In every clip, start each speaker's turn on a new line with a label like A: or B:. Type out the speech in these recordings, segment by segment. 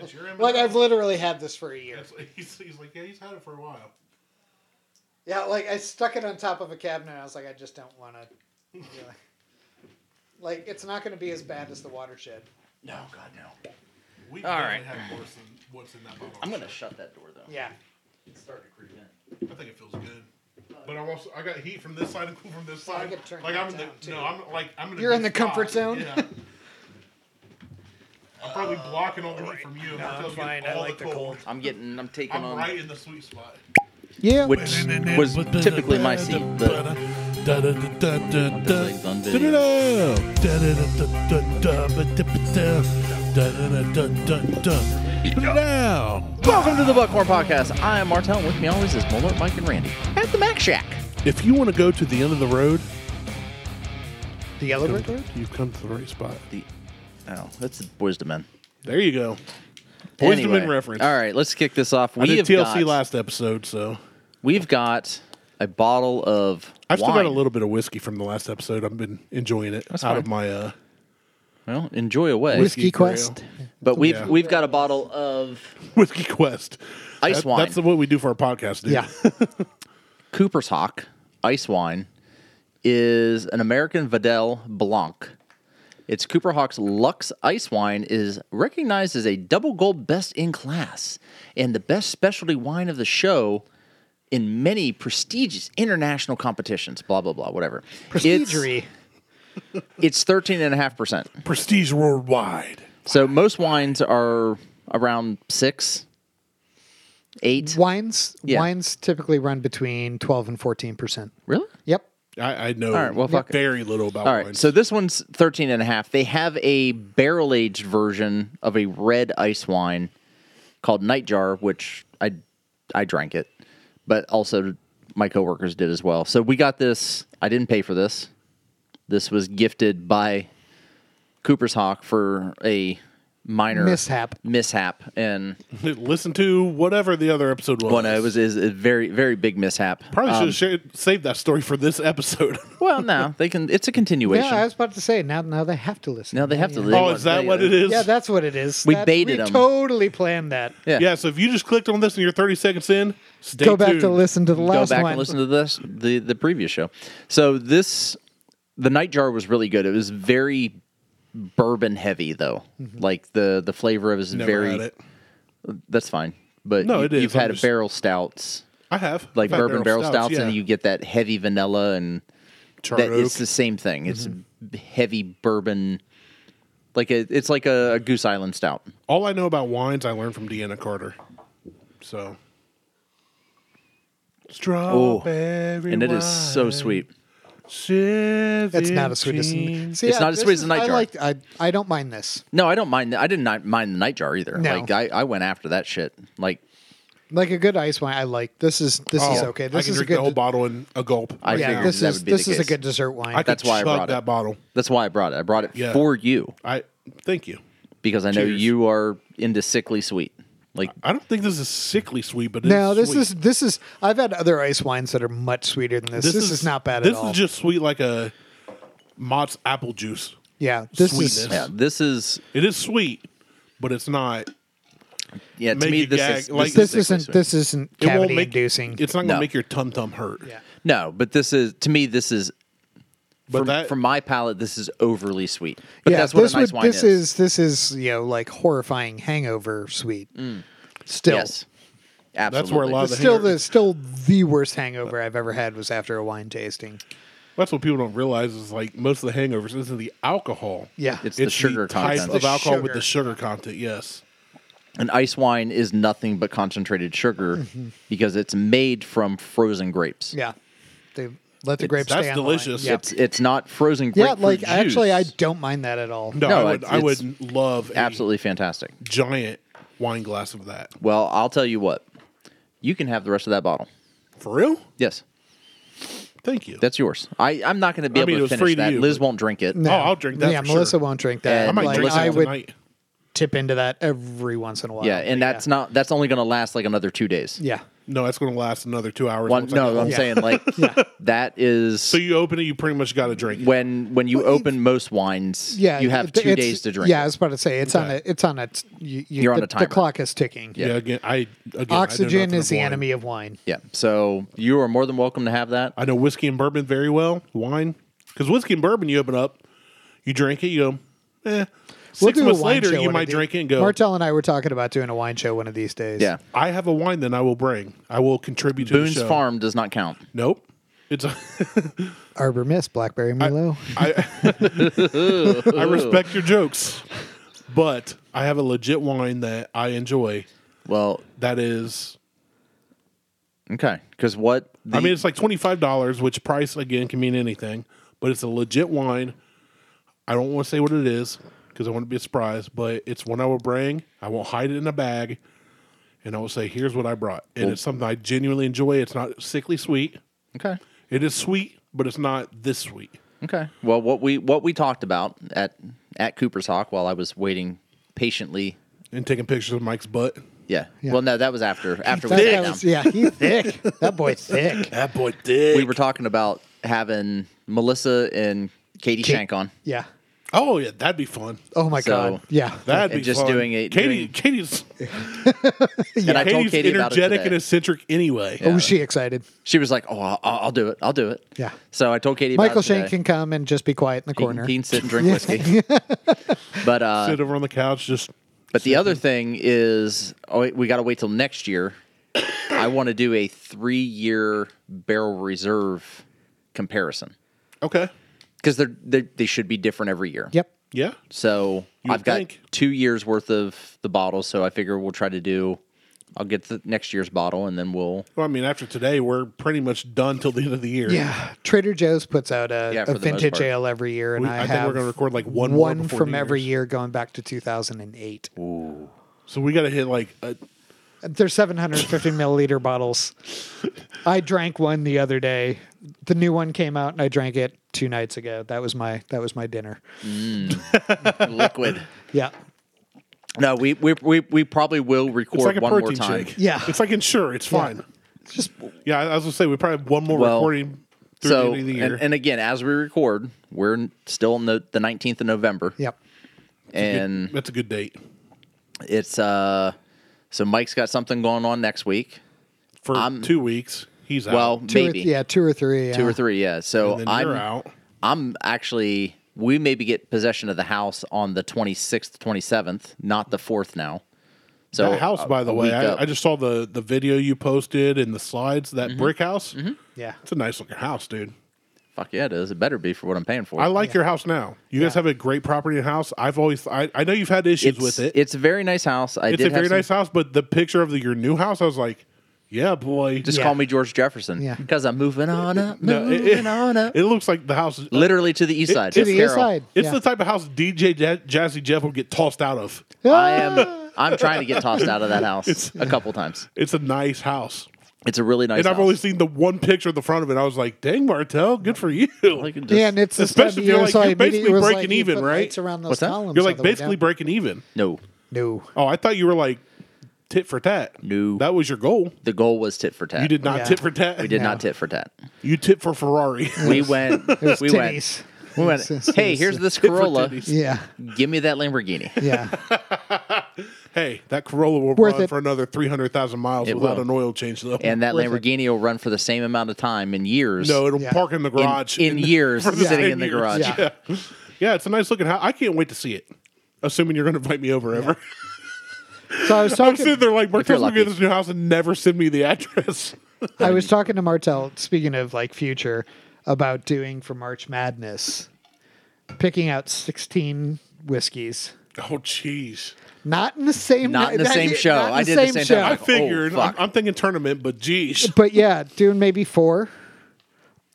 A: it's your M&M.
B: Like I've literally had this for a year.
A: That's- he's, he's like, yeah, he's had it for a while.
B: Yeah, like I stuck it on top of a cabinet. And I was like, I just don't want to. like it's not going to be as bad as the watershed.
C: No, God, no.
A: We
C: All
A: definitely
C: right.
A: have worse than what's in that bottle.
C: I'm gonna shut that door though.
B: Yeah,
C: It's starting to creep in.
A: I think it feels good. But I'm also I got heat from this side and cool from this
B: Well, I
A: side.
B: could turn
A: like
B: that
A: I'm in the,
B: down, too.
A: no, I'm like I'm in a
B: You're in
A: good
B: the comfort
A: spot.
B: zone.
A: Yeah. I'm probably blocking all the heat from you. and
D: No, I'm
A: still getting
D: fine. I
A: all
D: like the cold.
C: I'm getting. I'm taking
A: I'm
C: on.
A: right in the sweet spot.
B: yeah.
C: Which was typically my seat, but I'm just like done video. Welcome to the Buckmore Podcast. I am Martel, and with me always is Mullet, Mike, and Randy at the Mac Shack.
E: If you want to go to the end of the road,
B: The yellow brick road.
E: you've come to the right spot.
C: The oh, that's Boys to Men.
E: There you go. Boys to Men
C: Anyway,
E: reference.
C: All right, let's kick this off. We
E: I did
C: have
E: TLC
C: got,
E: last episode, so
C: We've got a bottle of.
E: I've still got a
C: wine.
E: little bit of whiskey from the last episode. I've been enjoying it out
C: fine.
E: of my uh,
C: Well, enjoy away.
B: Whiskey
E: grail.
B: Quest.
C: But we've
E: Yeah.
C: we've got a bottle of
E: whiskey quest.
C: Ice wine.
E: That's what we do for our podcast, dude.
B: Yeah.
C: Cooper's Hawk Ice Wine is an American Vidal Blanc. It's Cooper Hawk's Lux Ice Wine is recognized as a double gold best in class and the best specialty wine of the show in many prestigious international competitions, blah, blah, blah, whatever.
B: Prestigery.
C: It's, it's 13.5%.
E: Prestige worldwide.
C: So most wines are around six, eight.
B: Wines
C: Yeah.
B: wines typically run between twelve and fourteen percent.
C: Really?
B: Yep.
E: I, I know
C: All right, well, fuck it.
E: very little about
C: All right.
E: wine.
C: So this one's 13 and a half. They have a barrel aged version of a red ice wine called Nightjar, which I I drank it, but also my coworkers did as well. So we got this. I didn't pay for this. This was gifted by Cooper's Hawk for a minor
B: Mishap.
C: Mishap and
E: Listen to whatever the other episode was.
C: well, no, it was is a very very big mishap.
E: Probably
C: Um,
E: should have shared, saved that story for this episode.
C: well, no, they can. It's a continuation.
B: Yeah, I was about to say now. Now they have to listen.
C: now they have to.
B: Yeah.
C: they
E: oh,
C: want-
E: is that
C: they-
E: what it is?
B: Yeah, that's what it is.
C: We
B: That-
C: baited
B: we
C: 'em.
B: Totally planned that.
C: Yeah.
E: Yeah, so if you just clicked on this and you're 30 seconds in, stay
B: Go back to
E: tuned.
B: listen to the
C: go
B: last
C: back
B: one.
C: and listen to this the the previous show. So this the Nightjar was really good. It was very bourbon heavy though. Like the the flavor of it is
E: Mm-hmm. Never
C: very
E: had it.
C: that's fine. But
E: No,
C: you,
E: it is.
C: you've had
E: I'm
C: a
E: just-
C: barrel stouts
E: I have
C: like
E: I've had
C: bourbon barrel, stouts,
E: yeah.
C: and you get that heavy vanilla and
E: Charred
C: that it's
E: oak.
C: the same thing. It's
E: Mm-hmm.
C: b- heavy bourbon like a, it's like a, a Goose Island stout.
E: All I know about wines, I learned from Deanna Carter. So, strawberry.
C: And it is so sweet.
B: It's not as sweet as See,
C: It's
B: yeah,
C: not as
B: this
C: sweet as
B: is-
C: a Nightjar.
B: I like. I, I don't mind this.
C: No, I don't mind. I did not mind the Nightjar either.
B: No.
C: Like I, I went after that shit. Like
B: Like a good ice wine, I like. This is this is okay.
E: Oh, I
B: This
E: can
B: is a
E: drink
B: good.
E: the whole bottle in a gulp.
C: I
B: yeah,
C: figured
B: this
C: that
B: is
C: would be the
B: this is a
C: case.
B: good dessert wine.
E: I could
C: that's why I
E: chug
C: brought
E: that
C: it.
E: bottle.
C: That's why I brought it. I brought it
E: Yeah.
C: for you
E: I thank you.
C: because I know
E: Cheers. Uh,
C: you are into sickly sweet. Like
E: I don't think this is sickly sweet, but
B: no,
E: it's
B: this
E: sweet.
B: is this is. I've had other ice wines that are much sweeter than this. This, is, not bad
E: This
B: at all.
E: is just sweet like a Mott's apple juice.
B: yeah, this is
E: sweetness.
C: yeah, this is
E: It is sweet, but it's not.
C: yeah. To
E: Make
C: me,
E: you
C: this
E: gag,
C: is
E: like-
B: this
C: is sickly
B: isn't
C: sweet.
B: this isn't
E: It won't
B: cavity
E: make
B: inducing.
E: It's not gonna
C: No.
E: make your tum tum hurt.
B: yeah,
C: no, but this is to me. This is
E: but
C: from,
E: that
C: from my palate. This is overly sweet. But
B: yeah,
C: that's what
B: this
C: a nice
B: would-
C: wine
B: this is. This is you know like horrifying hangover sweet. Still,
C: Mm. Yes, absolutely.
E: that's where a lot of the
B: still
E: hangover-
B: the still the worst hangover I've ever had was after a wine tasting.
E: That's what people don't realize is like most of the hangovers isn't the alcohol.
B: Yeah,
C: It's- the sugar
E: type
C: content.
E: of
B: The
E: alcohol with
B: sugar.
E: the sugar content. Yes,
C: An ice wine is nothing but concentrated sugar because it's made from frozen grapes.
B: Mm-hmm. yeah. They let the grapes.
E: that's
B: stay on the line.
E: delicious.
B: Yeah.
C: It's it's not frozen
B: Yeah,
C: grapefruit
B: like
C: juice.
B: actually, I don't mind that at all.
E: no,
C: No,
E: I would.
C: it's-
E: I
C: it's-
E: would love a
C: absolutely fantastic.
E: giant wine glass of that.
C: Well, I'll tell you what. You can have the rest of that bottle.
E: For real?
C: Yes,
E: Thank you.
C: that's yours. I, I'm not going to be
E: I
C: able
E: mean, it
C: to
E: was free
C: finish
E: to
C: that.
E: you,
C: Liz
E: but-
C: won't drink it.
E: No. Oh, I'll drink that
B: Yeah,
E: for
B: Melissa
E: sure.
B: won't drink that.
C: Yeah,
E: I might
B: like,
E: drink
B: I
E: that
B: would
E: tonight.
B: tip into that every once in a while.
C: Yeah, and
B: but
C: that's not that's only going to last like another two days.
B: yeah.
E: No, that's going to last another two hours.
C: One,
E: once I get
C: no, I'm
E: home.
C: saying like that is
E: So you open it, you pretty much got to drink. it.
C: when when you open most wines,
B: Yeah,
C: you have
B: it-
C: two
B: it's-
C: days to drink.
B: Yeah, I
C: it.
B: was about to say it's on a it's on a t- you, you,
C: You're on
B: the,
C: a timer.
B: The clock is ticking.
E: yeah. again, I again, I know
B: Oxygen
E: nothing
B: is
E: of
B: the
E: wine.
B: enemy of wine.
C: yeah. So you are more than welcome to have that.
E: I know whiskey and bourbon very well. Wine, because whiskey and bourbon, you open up, you drink it, you go, eh. 6
B: do a
E: months
B: wine
E: later,
B: show
E: you
B: one of
E: might
B: the-
E: drink it and go.
B: Martel and I were talking about doing a wine show one of these days.
C: Yeah,
E: I have a wine that I will bring. I will contribute to
C: Boone's
E: the show.
C: Farm does not count.
E: Nope. It's a,
B: Arbor Mist, Blackberry Merlot.
E: I, I respect your jokes, but I have a legit wine that I enjoy.
C: Well,
E: That is,
C: okay, because what? The,
E: I mean, it's like twenty five dollars, which price again can mean anything, but it's a legit wine. I don't want to say what it is because I want to be a surprise, but it's one I will bring. I won't hide it in a bag, and I will say, "Here's what I brought," and it's something I genuinely enjoy. It's not sickly sweet.
C: okay,
E: It is sweet, but it's not this sweet.
C: okay. Well, what we what we talked about at at Cooper's Hawk while I was waiting patiently.
E: And taking pictures of Mike's butt.
C: Yeah. Well, no, that was after after we
B: That
C: sat
B: guy
C: down.
B: was- yeah, he's thick. That boy thick.
E: That boy did.
C: We were talking about having Melissa and Katie Shank on.
B: Yeah.
E: oh yeah, that'd be fun.
B: Oh my
C: So-
B: god. Yeah.
E: That'd
C: And
E: be
C: just
E: fun.
C: doing it-
E: Katie,
C: doing-
E: Katie's
C: And I told
E: Katie's
C: Katie about it
E: energetic
C: today.
E: and eccentric anyway.
B: Oh, was she excited?
C: she was like, "Oh, I'll, I'll do it. I'll do it."
B: Yeah.
C: So I told Katie. about
B: Michael
C: it today.
B: Shane can come and just be quiet in the
C: He can-
B: corner.
C: He can sit and drink whiskey. but uh,
E: Sit over on the couch, just
C: but the other thing is, oh, wait, we got to wait till next year. I want to do a three-year barrel reserve comparison
E: okay.
C: because they're, they they should be different every year.
B: Yep.
E: Yeah.
C: So
E: You
C: I've got
E: think.
C: two years worth of the bottle, so I figure we'll try to do. I'll get the next year's bottle, and then we'll
E: Well, I mean, after today, we're pretty much done till the end of the year.
B: Yeah. Trader Joe's puts out a,
C: Yeah, for
B: a
C: the most
B: vintage
C: part.
B: ale every year, and
E: We-
B: I,
E: I, think
B: have
E: we're going to record like one more
B: one
E: before
B: from
E: New
B: every
E: Year's.
B: year going back to 2008.
E: So we got to hit like a,
B: They're 750 milliliter bottles. I drank one the other day. The new one came out, and I drank it two nights ago. That was my that was my dinner.
C: liquid.
B: Yeah.
C: No, we we, we we probably will record
E: it's like a
C: one more
E: protein
C: time.
E: shake.
B: Yeah.
E: It's like insure. It's fine.
B: It's Just
E: Yeah. I I was going to say we probably have one more
C: Well,
E: recording through the
C: So
E: end of the
C: and,
E: year.
C: and again, as we record, we're n- still on the the nineteenth of November.
B: yep.
C: and
E: That's a good date
C: it's uh so Mike's got something going on next week.
E: for two weeks. He's out.
C: Well,
B: Two
C: maybe
B: Or th- yeah, two or three.
C: two
B: yeah.
C: or three, yeah. So
E: and then
C: I'm
E: you're out.
C: I'm actually we maybe get possession of the house on the 26th, 27th, not the 4th now. So
E: that house,
C: a-
E: by
C: a
E: the way,
C: week
E: I,
C: up. Mm-hmm.
E: I just saw the the video you posted and the slides. That brick house.
B: Yeah.
E: It's a nice looking house, dude.
C: fuck yeah, it is. It better be for what I'm paying for.
E: I like your house now. You guys have a great property and house. I've always, I, I know you've had issues
C: it's,
E: with it.
C: It's a very nice house. I
E: it's
C: did
E: a very
C: have some-
E: nice house, but the picture of the, your new house, I was like, yeah, boy.
C: Just
B: Yeah.
C: call me George Jefferson.
B: Yeah.
C: Because I'm moving on up,
E: No,
C: moving
E: it, it-
C: on up.
E: it looks like the house.
C: Literally to the east side.
E: to
B: the east
C: Carol.
B: side.
E: It's
B: Yeah.
E: the type of house DJ Ja- Jazzy Jeff will get tossed out of.
C: I am. I'm trying to get tossed out of that house a couple times.
E: It's a nice house.
C: It's a really nice.
E: And I've
C: house.
E: only seen the one picture of the front of it. I was like, dang, Martel, good for you.
C: Like, just-
B: Yeah, and it's this time
E: Especially
B: of
E: if you're
B: year,
E: like-
B: so I
E: you're
B: immediately
E: basically
B: was like,
E: breaking
B: you
E: even,
B: put
E: right?
B: lights around those
C: What's that?
B: columns
E: You're
B: all
E: like
B: the way
E: basically
B: down.
E: breaking even.
C: no.
B: no.
E: Oh, I thought you were like tit for tat.
C: No.
E: That was your goal.
C: The goal was tit for tat.
E: You did not
B: Yeah.
E: tit for tat.
C: We did
B: No.
C: not tit for tat.
E: You tit for Ferrari.
C: We went. we
B: titties.
C: went. We went.
B: It's- it's-
C: Hey,
B: it's-
C: here's this
E: Tit for
C: Corolla.
E: titties.
B: Yeah.
C: Give me that Lamborghini.
B: Yeah.
E: Hey, that Corolla will
B: Worth
E: run
B: it.
E: for another 300,000 miles
C: It
E: without
C: will.
E: an oil change, though.
C: And that
B: Worth it.
C: Lamborghini will run for the same amount of time in years.
E: no, it'll
B: Yeah.
E: park in the
C: in,
E: garage.
C: in years
E: for the
C: sitting
E: same
C: in the
E: years.
C: garage.
B: Yeah.
E: Yeah. Yeah, it's a nice looking house. I can't wait to see it. Assuming you're going to invite me over ever.
B: So I was
E: I'm
B: talking.
E: sitting there like, Martel's going to get
C: lucky.
E: this new house and never send me the address.
B: I was talking to Martel, speaking of like future, about doing for March Madness, picking out 16 whiskeys.
E: oh, jeez.
B: Not in the same
C: Not in the
B: that-
C: same
B: not
C: show.
B: in
C: I did the same thing.
E: I
C: Like, oh,
E: figured, I'm,
C: fuck.
E: I'm thinking tournament, but jeez.
B: But yeah, doing maybe four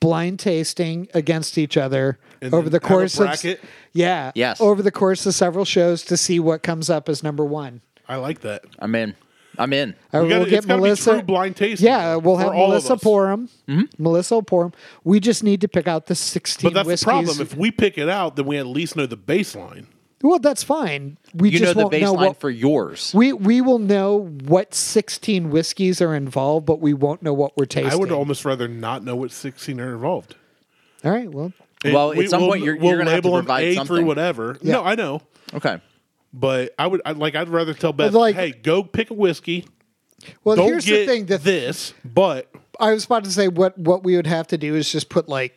B: blind tasting against each other
E: And
B: over
E: then
B: the
E: have a
B: course of
E: bracket?
B: yeah,
C: Yes.
B: over the course of several shows to see what comes up as number one.
E: I like that.
C: I'm in. I'm in.
B: Uh,
E: We gotta-
B: we'll get
E: it's gotta be
B: Melissa.
E: true blind tasting,
B: Yeah,
E: though,
B: we'll
E: for
B: have
E: all of
B: Melissa
E: us. Mm-hmm.
B: pour them. Melissa will pour them. We just need to pick out the sixteen.
E: But that's
B: whiskeys.
E: the problem. If we pick it out, then we at least know the baseline.
B: Well, that's fine. We
C: You know
B: just
C: the
B: won't know
C: baseline
B: what
C: for yours.
B: we we will know what 16 whiskeys are involved, but we won't know what we're tasting.
E: I would almost rather not know what 16 are involved.
B: All right, well,
E: And
C: Well, at some point, you're- you're gonna have to
E: label them
C: provide
E: A through
C: something.
E: whatever.
B: Yeah.
E: No, I know,
C: Okay.
E: but I would I, like. I'd rather tell Beth,
B: like-
E: "Hey, go pick a whiskey.
B: well,
E: Don't
B: here's
E: get
B: the thing that
E: this, but
B: I was about to say what what we would have to do is just put like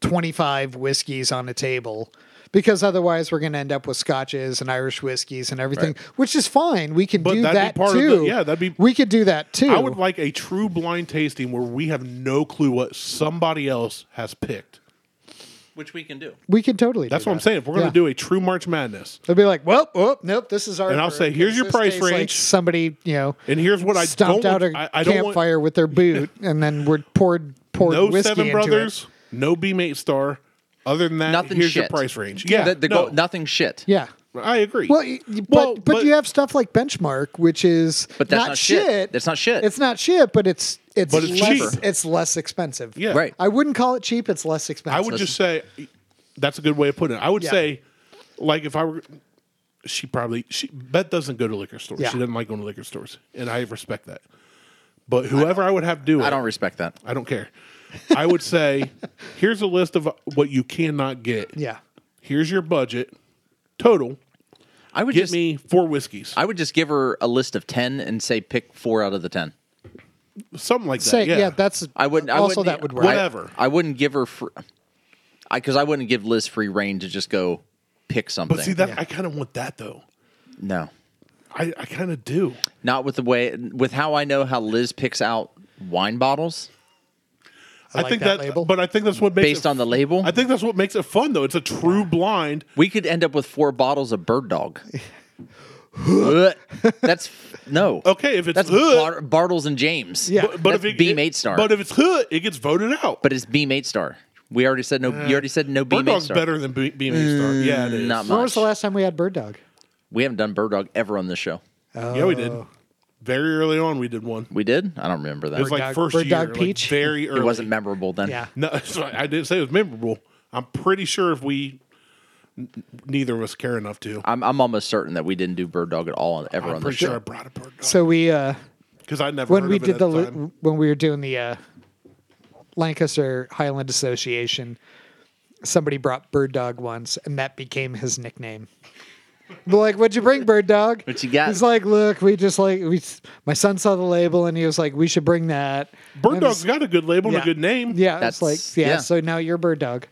B: 25 whiskeys on a table because otherwise we're going to end up with scotches and Irish whiskeys and everything, which is fine. We can
E: But
B: do
E: that'd be
B: that
E: part of
B: too.
E: the- yeah, that'd be-
B: We could do that too.
E: I would like a true blind tasting where we have no clue what somebody else has picked.
C: Which we can do.
B: we could totally.
E: That's
B: do
E: what I'm saying. If we're going to
B: Yeah.
E: do a true March Madness,
B: They'll be like, "Well, oh, nope, this is our."
E: And I'll
B: bird,
E: say, "Here's your
B: this
E: price
B: tastes like
E: range."
B: somebody, you know,
E: and here's what I don't
B: stomped out
E: want.
B: a
E: I, I don't want
B: campfire with their boot, and then we're poured poured
E: no
B: whiskey
E: Seven
B: into
E: Brothers,
B: it.
E: no B-Mate Star. Other than that,
C: Nothing
E: here's
C: shit.
E: your price range. Yeah,
C: The, the
E: no,
C: go- nothing shit.
B: Yeah.
E: I agree.
B: Well, y- y- but, but you have stuff like Benchmark, which is
C: But that's not shit.
B: shit.
C: That's not shit.
B: It's not shit, but it's it's,
E: But it's
B: less,
E: cheap.
B: It's less expensive.
E: yeah,
C: Right.
B: I wouldn't call it cheap. It's less
E: I
B: expensive.
E: would just say that's a good way of putting it. I would
B: Yeah.
E: say, like, if I were, she probably she Bet doesn't go to liquor stores.
B: Yeah.
E: She doesn't like going to liquor stores, and I respect that. But whoever I, would have do it,
C: I don't respect that.
E: I don't care. I would say, here's a list of what you cannot get.
B: Yeah.
E: Here's your budget total.
C: I would
E: Get
C: just
E: me four whiskeys,
C: I would just give her a list of ten and say pick four out of the ten.
E: something like
B: Say
E: that.
B: yeah.
E: Yeah,
B: that's
C: I wouldn't. I
B: also
C: wouldn't,
B: that would work.
E: Whatever.
C: I, I wouldn't give her, fr- I because I wouldn't give Liz free reign to just go pick something.
E: but see that I kind of want that though.
C: no,
E: I, I kind of do.
C: not with the way with how I know how Liz picks out wine bottles
E: I,
B: like
E: think
B: that
E: that,
B: label.
E: but I think that's what makes
C: based
E: it,
C: on the label.
E: I think that's what makes it fun though. It's a true blind.
C: we could end up with four bottles of Bird Dog. Ugh. that's no.
E: Okay, if it's
C: that's
E: ugh.
C: Bar- Bartles and James.
B: Yeah.
E: But, but
C: That's
E: if it,
C: Beam
E: it-
C: Eight Star.
E: But if it's hood, it gets voted out.
C: But it's Beam Eight Star. We already said no. you already said no
E: Bird
C: Beam Eight
E: Dog's
C: Star. Mm,
E: better than Be- Beam Eight Star. Yeah, it is.
C: Not
B: When was
C: much.
B: the last time we had Bird Dog?
C: we haven't done Bird Dog ever on this show.
E: Yeah, we
B: Oh.
E: did. Very early on, we did one.
C: We did. I don't remember that.
E: It was like
B: Dog-
E: first
B: Bird
E: year,
B: Dog
E: like,
B: Peach?
E: very early.
C: it wasn't memorable then.
B: Yeah.
E: No, that's right. I didn't say it was memorable. I'm pretty sure if we n- neither of us care enough to,
C: I'm, I'm almost certain that we didn't do Bird Dog at all on- ever
E: I'm
C: on the
E: pretty
C: show.
E: sure I brought a bird dog
B: So we uh
E: because I never
B: when
E: heard
B: we
E: of it
B: did
E: at
B: the
E: the,
B: li-
E: time.
B: when we were doing the uh, Lancaster Highland Association, somebody brought Bird Dog once, and that became his nickname. They're like, "What'd you bring, Bird Dog?"
C: What you got?
B: He's like, "Look, we just like we." My son saw the label, and he was like, "We should bring that."
E: Bird
B: And
E: Dog's
B: it's-
E: got a good label
B: yeah.
E: and a good name.
B: Yeah, that's like
C: That's-
B: yeah,
C: yeah.
B: So now you're Bird Dog.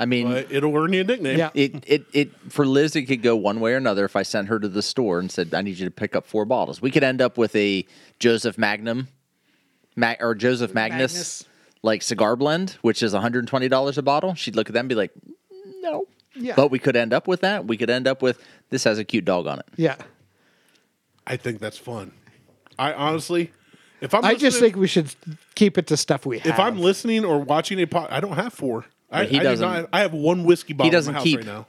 C: I mean,
E: But it'll earn you a nickname.
B: Yeah.
C: it, it it for Liz it could go one way or another. If I sent her to the store and said I need you to pick up four bottles, we could end up with a Joseph Magnum, Ma- or Joseph Magnus,
B: Magnus.
C: like cigar blend, which is 120 dollars a bottle. She'd look at that and be like, no.
B: Yeah.
C: But we could end up with that. We could end up with this has a cute dog on it.
B: Yeah,
E: I think that's fun. I honestly, if I'm
B: I just
E: listening-
B: think we should keep it to stuff we have.
E: if I'm listening or watching a pod, I don't have four. I,
C: Yeah, he
E: I do
C: doesn't-
E: not- I have one whiskey bottle.
C: doesn't
E: in my house
C: keep-
E: right now.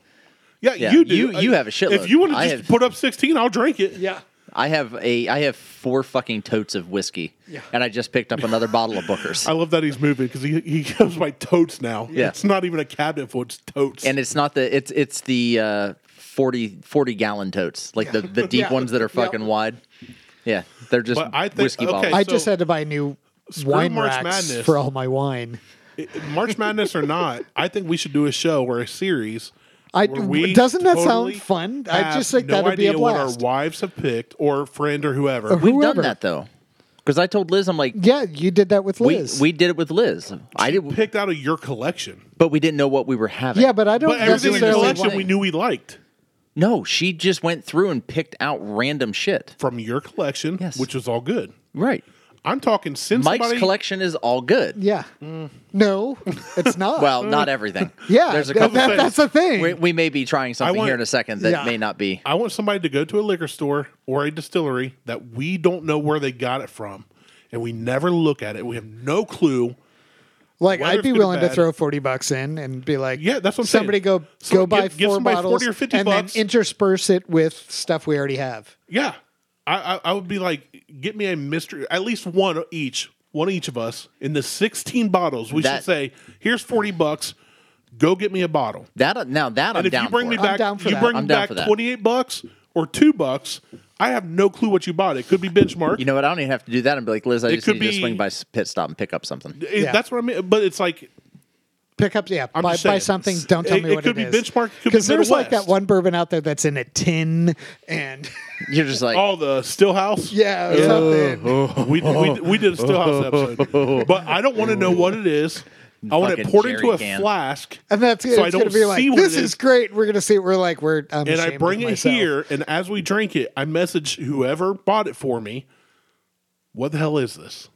E: Yeah,
C: Yeah,
E: you do.
C: you- you
E: I-
C: have a shitload.
E: If you want to
C: I
E: just
C: have-
E: put up sixteen, I'll drink it.
B: yeah,
C: I have a I have four fucking totes of whiskey.
B: Yeah.
C: And I just picked up another bottle of Booker's.
E: I love that he's moving because he he goes by totes now.
C: Yeah.
E: it's not even a cabinet full; it's totes.
C: and it's not the it's it's the uh 40 40 gallon totes like the the deep
B: Yeah.
C: ones that are fucking
B: Yeah.
C: wide yeah they're just
E: But I think-
C: whiskey
E: okay,
C: bottles
B: I
E: so-
B: just had to buy new
E: Screw
B: wine
E: March
B: racks
E: Madness.
B: for all my wine.
E: It- March Madness or not, I think we should do a show or a series.
B: I-
E: where we
B: doesn't that
E: totally
B: sound fun? I
E: have
B: just think
E: no
B: that'd be a
E: idea what
B: blast.
E: our wives have picked or friend or whoever.
B: who-
C: we've
B: whoever.
C: done that though because i told liz i'm like
B: Yeah, you did that with
C: we,
B: Liz.
C: we did it with liz i did
E: picked out of your collection,
C: but we didn't know what we were having
B: yeah, but I don't
E: but everything in your
B: necessarily.
E: collection
C: like-
E: we knew we liked.
C: no she just went through and picked out random shit
E: from your collection,
C: Yes.
E: which was all good.
C: right
E: I'm talking since
C: mike's
E: somebody,
C: collection is all good
B: yeah,
E: Mm.
B: no, it's not.
C: well not
E: Uh,
C: everything
B: yeah,
C: there's a
B: that-
C: couple
B: that-
E: things.
B: that's the thing.
C: we, we may be trying something
E: want-
C: here in a second that
B: Yeah.
C: may not be
E: I want somebody to go to a liquor store or a distillery that we don't know where they got it from, and we never look at it. We have no clue.
B: like
E: whether
B: I'd
E: it's
B: be
E: good or
B: willing to
E: bad-
B: throw forty bucks in and be like,
E: Yeah, that's what I'm saying.
B: somebody go
E: So
B: go buy
E: give- give
B: four
E: somebody
B: bottles
E: 40 or 50
B: and
E: bucks.
B: then intersperse it with stuff we already have.
E: Yeah, I, I, I would be like, get me a mystery, at least one each, one each of us in the 16 bottles. We
C: That-
E: should say, here's 40 bucks. Go get me a bottle.
C: That now that I'm
E: And if
C: down
E: you bring
C: for.
E: me
C: it.
E: back,
B: down for
E: you
B: that.
E: bring
C: I'm
E: me
C: down
E: back
C: for that.
E: twenty eight bucks or two bucks. I have no clue what you bought. It could be benchmark.
C: You know what? I don't even have to do that and be like, Liz, I just
E: could
C: need you to
E: be-
C: swing by s- pit stop and pick up something.
E: It-
B: Yeah.
E: That's what I mean. But it's like
B: Pick up, yeah, buy,
E: just
B: buy
E: saying.
B: something. Don't tell
E: It-
B: me
E: it
B: what
E: could be
B: is.
E: benchmark, it could be
B: there's like that
E: Midwest.
B: one bourbon out there that's in a tin, and
C: You're just like,
E: all the Stillhouse.
B: yeah, or
E: Yeah.
B: something.
C: Uh-huh.
E: we, we, we did a Stillhouse episode, but I don't want to know what it is. I want it
C: Fucking
E: poured into
C: jerry
E: a
C: can.
E: flask,
B: And that's it's
E: So I
B: going to
E: don't
B: be like,
E: see what
B: this
E: it
B: is.
E: is.
B: great. We're going to see it. We're like, we're I'm
E: and
B: ashamed
E: I
B: of
E: bring it
B: myself.
E: here. And as we drink it, I message whoever bought it for me. What the hell is this?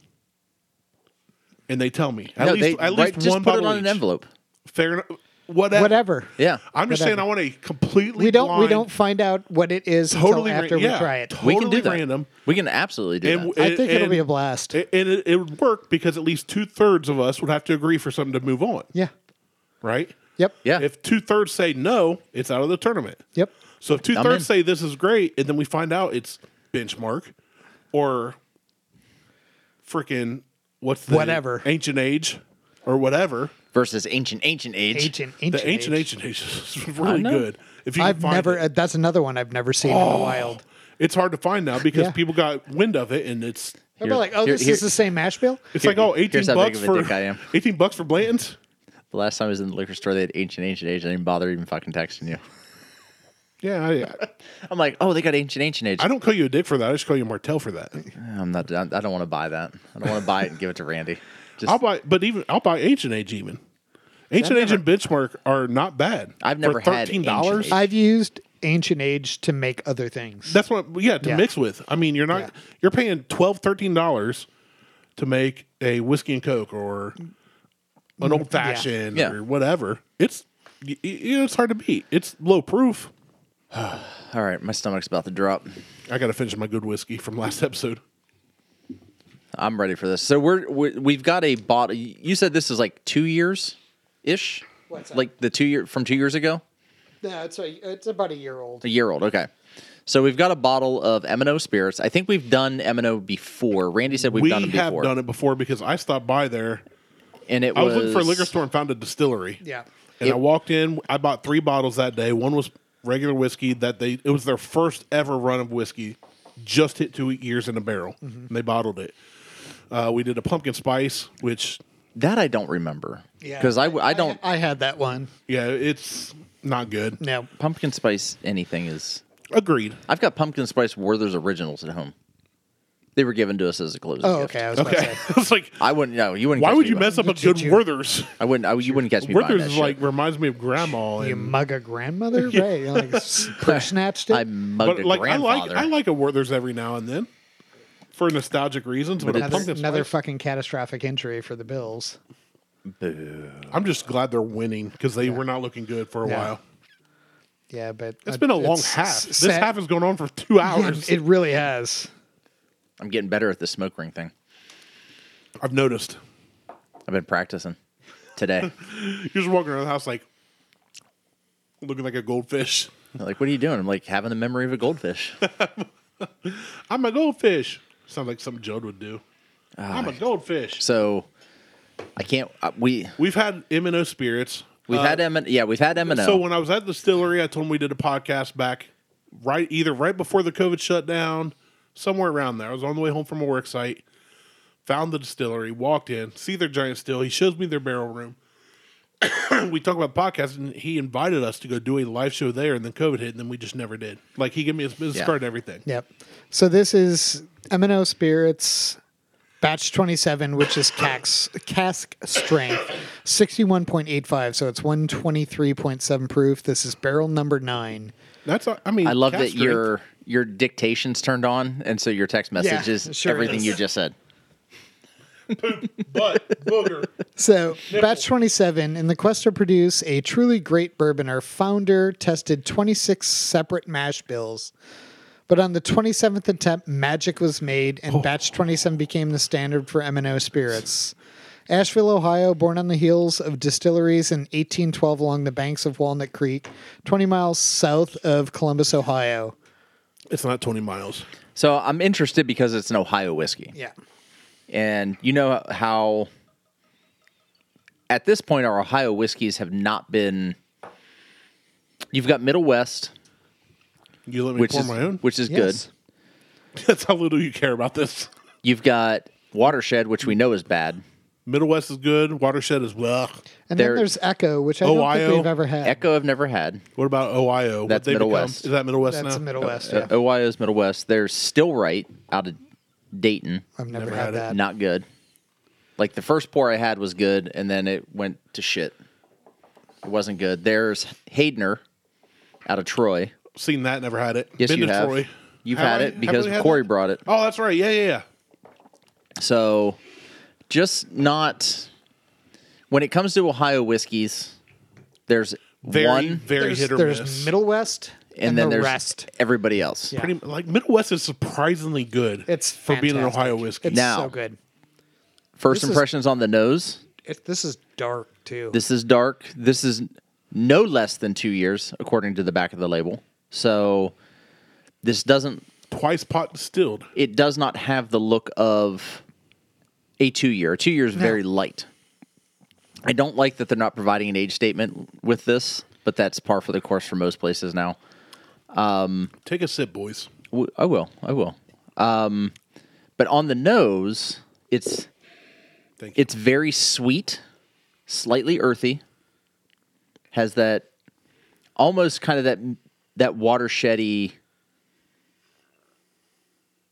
E: And they tell me at
C: no,
E: least
C: they,
E: at
C: right,
E: least
C: just
E: one
C: put it
E: bottle
C: on an
E: each.
C: envelope.
E: Fair enough. Whatever.
B: Whatever.
C: Yeah.
E: I'm just
B: Whatever.
E: saying I want a completely
B: We don't. We
E: blind,
B: don't find out what it is
E: totally
B: until
E: ra-
B: after we
E: yeah,
B: try it.
E: Totally
C: we can do that.
E: random.
C: We can absolutely do
E: And
C: that.
E: w-
B: I think it'll
E: and-
B: be a blast.
E: A- And it, it would work because at least two thirds of us would have to agree for something to move on,
B: yeah.
E: right?
B: Yep.
C: yeah.
E: If two thirds say no, it's out of the tournament.
B: Yep.
E: So if two
C: I'm in.
E: thirds say this is great, and then we find out it's benchmark or freaking what's the
B: Whatever.
E: ancient age or whatever.
C: Versus ancient, ancient age.
B: Ancient, ancient,
E: The ancient
B: age.
E: ancient age is really
C: know.
E: good. If you can
B: I've
E: find
B: never.
E: it.
B: Uh, that's another one I've never seen
E: Oh.
B: in the wild.
E: it's hard to find now because
B: Yeah.
E: people got wind of it, and it's
B: Remember, like, oh,
C: here-
B: this
C: here-
B: is the same mash bill.
E: it's
C: Here-
E: like oh, 18
C: here's how big
E: bucks
C: of a
E: for
C: dick I am.
E: 18 bucks for Blanton's.
C: The last time I was in the liquor store, they had ancient, ancient age. I didn't bother even fucking texting you.
E: Yeah, I,
C: I'm like, oh, they got ancient, ancient age.
E: I don't call you a dick for that. I just call you Martel for that.
C: I'm not. I don't want to buy that. I don't want to buy it and give it to Randy. Just,
E: I'll buy, but even I'll buy Ancient Age even. Ancient Age and Benchmark are not bad.
C: I've never
E: for
C: had Ancient Age.
B: I've used ancient age to make other things.
E: That's what yeah to
B: Yeah.
E: mix with. I mean, you're not
B: Yeah.
E: you're paying 12 13 dollars to make a whiskey and coke or an old fashioned
C: Mm-hmm. Yeah.
E: or whatever. It's y- y- you know, it's hard to beat. It's low proof.
C: all right, my stomach's about to drop.
E: I got to finish my good whiskey from last episode.
C: I'm ready for this. So we're, we're we've got a bottle. You said this is like two years, ish.
B: What's that?
C: Like the two year from two years ago,
B: No, it's a, it's about a year old.
C: a year old. Okay. So we've got a bottle of M and O spirits. I think we've done M and O before. Randy said we've
E: we
C: done it
E: have
C: before,
E: done it before because I stopped by there.
C: and it
E: I was
C: was
E: looking for a liquor store and found a distillery.
B: Yeah.
E: And
C: It-
E: I walked in. I bought three bottles that day. One was regular whiskey that they it was their first ever run of whiskey, just hit two years in a barrel, and they bottled it. Uh, we did a pumpkin spice, which
C: That I don't remember.
B: Yeah.
C: Because I, w- I don't
B: I, had that one.
E: yeah, it's not good.
B: No.
C: pumpkin spice anything is.
E: Agreed.
C: I've got pumpkin spice Werther's originals at home. They were given to us as a closing.
B: Oh,
C: gift.
B: okay. I was about to
E: Okay,
B: say.
E: I was like,
C: I wouldn't. No, you wouldn't.
E: why
C: catch
E: would
C: me
E: you
C: buying-
E: mess up a good
B: you-
E: Werther's?
C: I wouldn't. I, you wouldn't catch me. buying
E: Werther's
C: that
E: is
C: shit.
E: like reminds me of grandma,
B: You
E: and,
B: mug a grandmother, right? You like s- snatched it.
C: I mugged
E: but
C: a
E: like I like
C: grandfather.
E: I like a Werther's every now and then for nostalgic reasons. But a
B: another,
E: pumpkin
B: another
E: spice,
B: fucking catastrophic injury for the Bills.
E: I'm just glad they're winning because they were not looking good for a
B: Yeah.
E: while.
B: Yeah, but
E: Uh,
B: uh,
E: It's been a long
B: it's
E: half.
B: s-
E: This
B: sad-
E: half is going on for two
B: Yeah,
E: hours.
B: it really has.
C: I'm getting better at the smoke ring thing.
E: I've noticed.
C: I've been practicing today.
E: You're just walking around the house like looking like a goldfish.
C: They're like, what are you doing? I'm like having the memory of a goldfish.
E: I'm a goldfish. Sounds like something Jode would do. I'm a goldfish.
C: So I can't. Uh, we
E: We've had M and O spirits.
C: we've had M. Yeah, we've had M and
E: So
C: O.
E: when I was at the distillery, I told him we did a podcast back right either right before the COVID shutdown, somewhere around there. I was on the way home from a work site, found the distillery, walked in, see their giant still. He shows me their barrel room. we talk about the podcast, and he invited us to go do a live show there, and then COVID hit, and then we just never did. Like he gave me his business
C: Yeah.
E: card and everything.
B: Yep. So this is M&O Spirits batch 27 which is cask, cask strength 61.85 so it's 123.7 proof this is barrel number 9
E: That's uh, I mean
C: I love
E: cast
C: that
E: strength.
C: your your dictations turned on, and so your text message
B: Yeah,
C: is
B: it sure
C: everything
B: is.
C: you just said.
E: butt booger.
B: So, batch 27 in the quest to produce a truly great bourbon, our founder tested 26 separate mash bills. But on the 27th attempt, magic was made
E: Oh.
B: and batch 27 became the standard for M&O spirits. Asheville, Ohio, born on the heels of distilleries in 1812 along the banks of Walnut Creek, 20 miles south of Columbus, Ohio.
E: It's not twenty miles.
C: So I'm interested because it's an Ohio whiskey.
B: Yeah.
C: and you know how at this point, our Ohio whiskeys have not been. You've got Middle West,
E: You let me
C: which
E: pour
C: is
E: my own.
C: which is
B: Yes.
C: good.
E: That's how little you care about this.
C: You've got Watershed, which we know is bad.
E: Middle West is good. Watershed is well.
B: And
C: There-
B: then there's Echo, which I don't
E: Ohio.
B: think we've ever had.
C: Echo, I've never had.
E: What about OIO? What'd
C: That's
E: they
C: Middle
E: become?
C: West.
E: Is that Middle West
B: That's
E: now?
B: a Middle West.
C: Uh,
B: Yeah.
C: Ohio's Middle West. They're still right out of Dayton.
B: I've never,
E: never
B: had,
E: had it.
B: that.
C: Not good. Like the first pour I had was good, and then it went to shit. It wasn't good. There's Haydener out of Troy.
E: Seen that? Never had it.
C: Yes,
E: Been
C: you
E: to
C: have.
E: Troy.
C: You've
E: Have
C: had
E: I-
C: it
E: have
C: because
E: we had
C: Corey
E: that?
C: brought it.
E: Oh, that's right. Yeah, yeah, yeah.
C: So just not when it comes to Ohio whiskeys, there's
E: Very,
C: one
E: very
B: There's,
E: hit or
B: there's
E: miss.
B: Middle West
C: and,
B: and,
C: then
B: the
C: there's
B: rest.
C: everybody else.
B: Yeah.
E: Pretty like Middle West is surprisingly good.
B: It's
E: for being an
B: fantastic.
E: Ohio whiskey.
B: It's
C: Now-
B: so good.
C: First
B: This is-
C: impressions on the nose.
B: It, this is dark too.
C: This is dark. This is no less than two years, according to the back of the label. So this doesn't
E: Twice pot distilled.
C: it does not have the look of a two year. A two year is very light. I don't like that they're not providing an age statement with this, but that's par for the course for most places now.
E: Take a sip, boys.
C: W- I will. I will. Um, but on the nose, it's
E: Thank you.
C: it's very sweet, slightly earthy. Has that almost kind of that that watershedy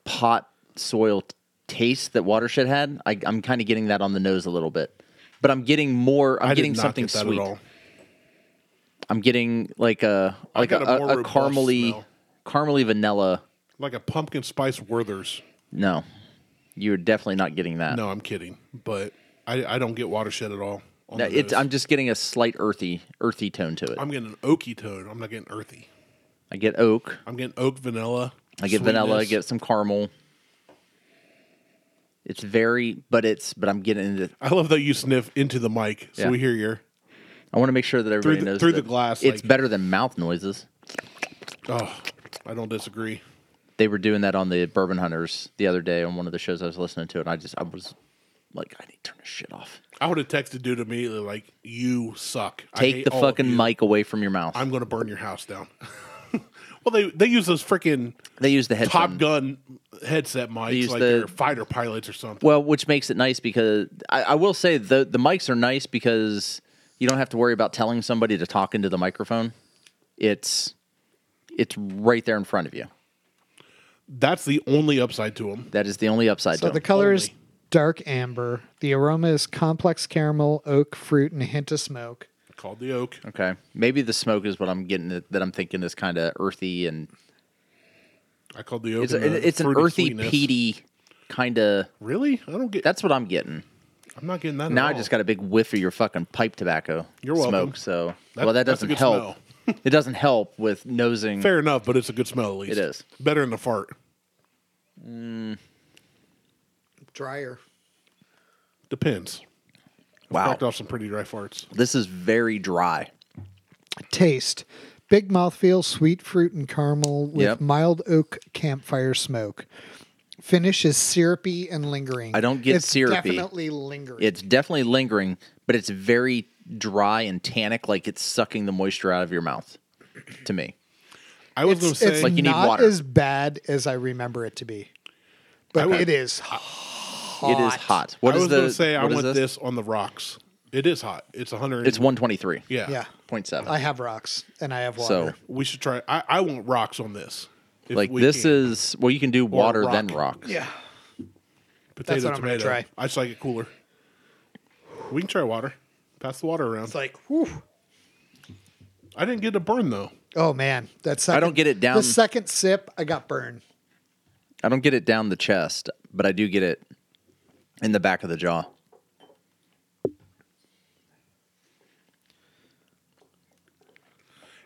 C: pot soil t- taste that watershed had. I, I'm kind of getting that on the nose a little bit, but I'm getting more. I'm
E: I did
C: getting
E: not
C: something
E: get that
C: sweet.
E: At all.
C: I'm getting like a
E: I
C: like a,
E: got a more
C: a, a
E: robust
C: caramely
E: smell.
C: caramely vanilla.
E: Like a pumpkin spice Werther's.
C: No, you're definitely not getting that.
E: No, I'm kidding. But I, I don't get watershed at all. on
C: No,
E: the
C: it's,
E: nose.
C: I'm just getting a slight earthy earthy tone to it.
E: I'm getting an oaky tone. I'm not getting earthy.
C: I get oak.
E: I'm getting oak vanilla.
C: I get vanilla. I
E: sweetness.
C: get some caramel. It's very, but it's, but I'm getting into.
E: I love that you sniff into the mic, so
C: Yeah.
E: we hear your.
C: I want to make sure that everybody
E: the-
C: knows
E: through
C: that
E: the glass,
C: It's
E: like-
C: better than mouth noises.
E: Oh, I don't disagree.
C: They were doing that on the Bourbon Hunters the other day on one of the shows I was listening to, and I just I was like, I need to turn this shit off.
E: I would have texted dude immediately like, "You suck. I
C: Take
E: hate
C: the
E: all of
C: fucking
E: you.
C: mic away from your mouth.
E: I'm gonna burn your house down." well, they they use those freaking
C: they use the headphone.
E: Top Gun headset mics
C: use
E: like
C: the-
E: they're fighter pilots or something.
C: Well, which makes it nice because I, I will say the the mics are nice because you don't have to worry about telling somebody to talk into the microphone. It's it's right there in front of you.
E: That's the only upside to them.
C: That is the only upside
B: so
C: to
B: the
C: it.
B: color is
E: only.
B: dark amber. The aroma is complex caramel, oak fruit, and a hint of smoke.
E: Called the oak.
C: okay, maybe the smoke is what I'm getting at- that I'm thinking is kind of earthy and
E: I called the oak.
C: it's
E: and
C: a,
E: the
C: it's an
E: fruity
C: earthy,
E: sweetness.
C: peaty kind of.
E: Really? I don't get.
C: That's what I'm getting.
E: I'm not getting that.
C: Now
E: at
C: I
E: all.
C: just got a big whiff of your fucking pipe tobacco
E: Oh. You're
C: smoke.
E: welcome.
C: So
E: That-
C: well, that
E: that's a
C: doesn't
E: good
C: help. it doesn't help with nosing.
E: Fair enough, but it's a good smell at least.
C: It is.
E: better than the fart.
B: Drier.
E: Depends.
C: Wow,
E: Knocked off some pretty dry farts.
C: this is very dry.
B: Taste. Big mouthfeel, sweet fruit and caramel with
C: Yep.
B: mild oak campfire smoke. Finish is syrupy and lingering.
C: I don't get
B: it's
C: syrupy.
B: Definitely lingering.
C: It's definitely lingering, but it's very dry and tannic, like it's sucking the moisture out of your mouth. To me,
E: I was going to
B: it's
E: say
B: it's
C: Like you need
B: not
C: water.
B: as bad as I remember it to be, but
E: would-
B: it is.
C: it is hot. What
E: I
C: is
E: was
C: the?
E: going to say I
C: what is
E: want this? on the rocks. It is hot. It's 100.
C: It's one twenty three.
E: yeah.
B: Yeah,
C: point seven.
B: I have rocks and I have
C: so
B: water.
E: We should try. I, I want rocks on this. If
C: like
E: we
C: this
E: can.
C: is well, you can do water
E: rock.
C: then rock.
B: yeah,
E: potato
B: that's what I'm gonna
E: tomato.
B: try.
E: I just like it cooler. We can try water. Pass the water around.
B: it's like, whew.
E: I didn't get a burn though.
B: oh man, that second,
C: don't get it down.
B: The second sip, I got burned.
C: I don't get it down the chest, but I do get it in the back of the jaw.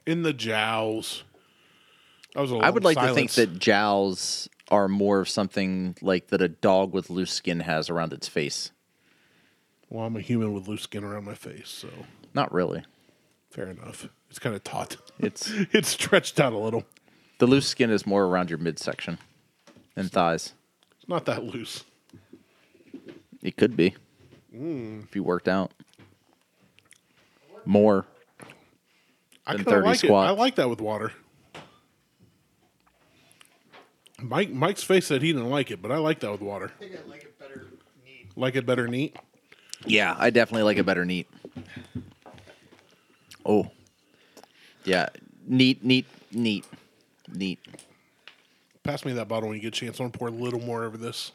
E: In the jowls. That was a
C: I would
E: long
C: like to think
E: silence.
C: that jowls are more of something like that a dog with loose skin has around its face.
E: Well, I'm a human with loose skin around my face, so
C: Not really.
E: fair enough. It's kind of taut.
C: It's
E: it's stretched out a little.
C: the loose skin is more around your midsection and thighs.
E: It's not that loose. Mm.
C: It could be. If you worked out. more.
E: I
C: than
E: kinda
C: 30
E: like
C: squats.
E: It. I like that with water. Mike Mike's face said he didn't like it, but I like that with water.
B: I think I like it better neat.
E: Like it better neat.
C: Yeah, I definitely like it better neat. Oh, yeah, neat, neat, neat, neat.
E: Pass me that bottle when you get a chance. I want to pour a little more over this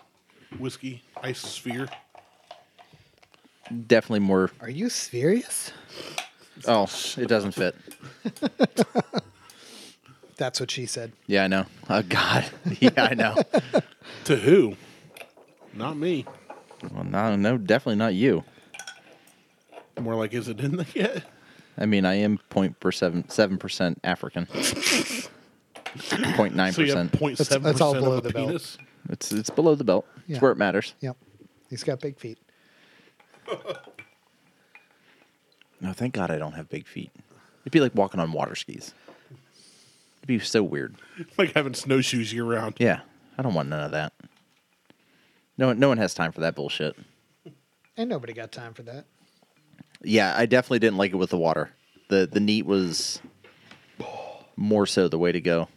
E: whiskey ice sphere.
C: Definitely more.
B: Are you serious?
C: Oh, it doesn't fit.
B: That's what she said.
C: Yeah, I know. Oh God. Yeah, I know.
E: To who? Not me.
C: Well, no, no, definitely not you.
E: More like, is it in there yet?
C: I mean, I am 0.7 percent African. 0.9
E: So you have
C: percent.
E: 0.7 percent
B: that's all below
E: of
B: the
E: the
B: belt.
E: penis.
C: It's it's below the belt.
B: Yeah.
C: It's where it matters.
B: Yep. He's got big feet.
C: No, thank God I don't have big feet. It'd be like walking on water skis. It'd be so weird.
E: Like having snowshoes year round.
C: Yeah, I don't want none of that. No, one- no one has time for that bullshit.
B: And nobody got time for that.
C: Yeah, I definitely didn't like it with the water. The the neat was more so the way to go.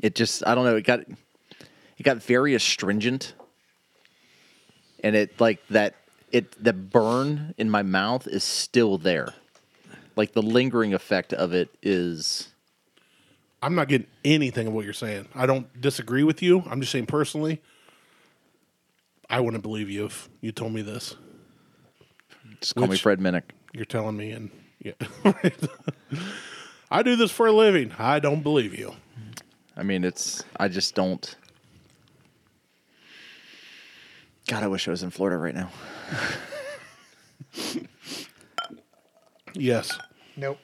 C: It just I don't know, it got it got very astringent. And it like that it the burn in my mouth is still there. Like the lingering effect of it is
E: I'm not getting anything of what you're saying. I don't disagree with you. I'm just saying personally, I wouldn't believe you if you told me this.
C: just call me
E: Which-
C: Fred Minnick.
E: You're telling me, and yeah, I do this for a living. I don't believe you.
C: I mean, it's I just don't. God, I wish I was in Florida right now.
E: Yes,
B: Nope.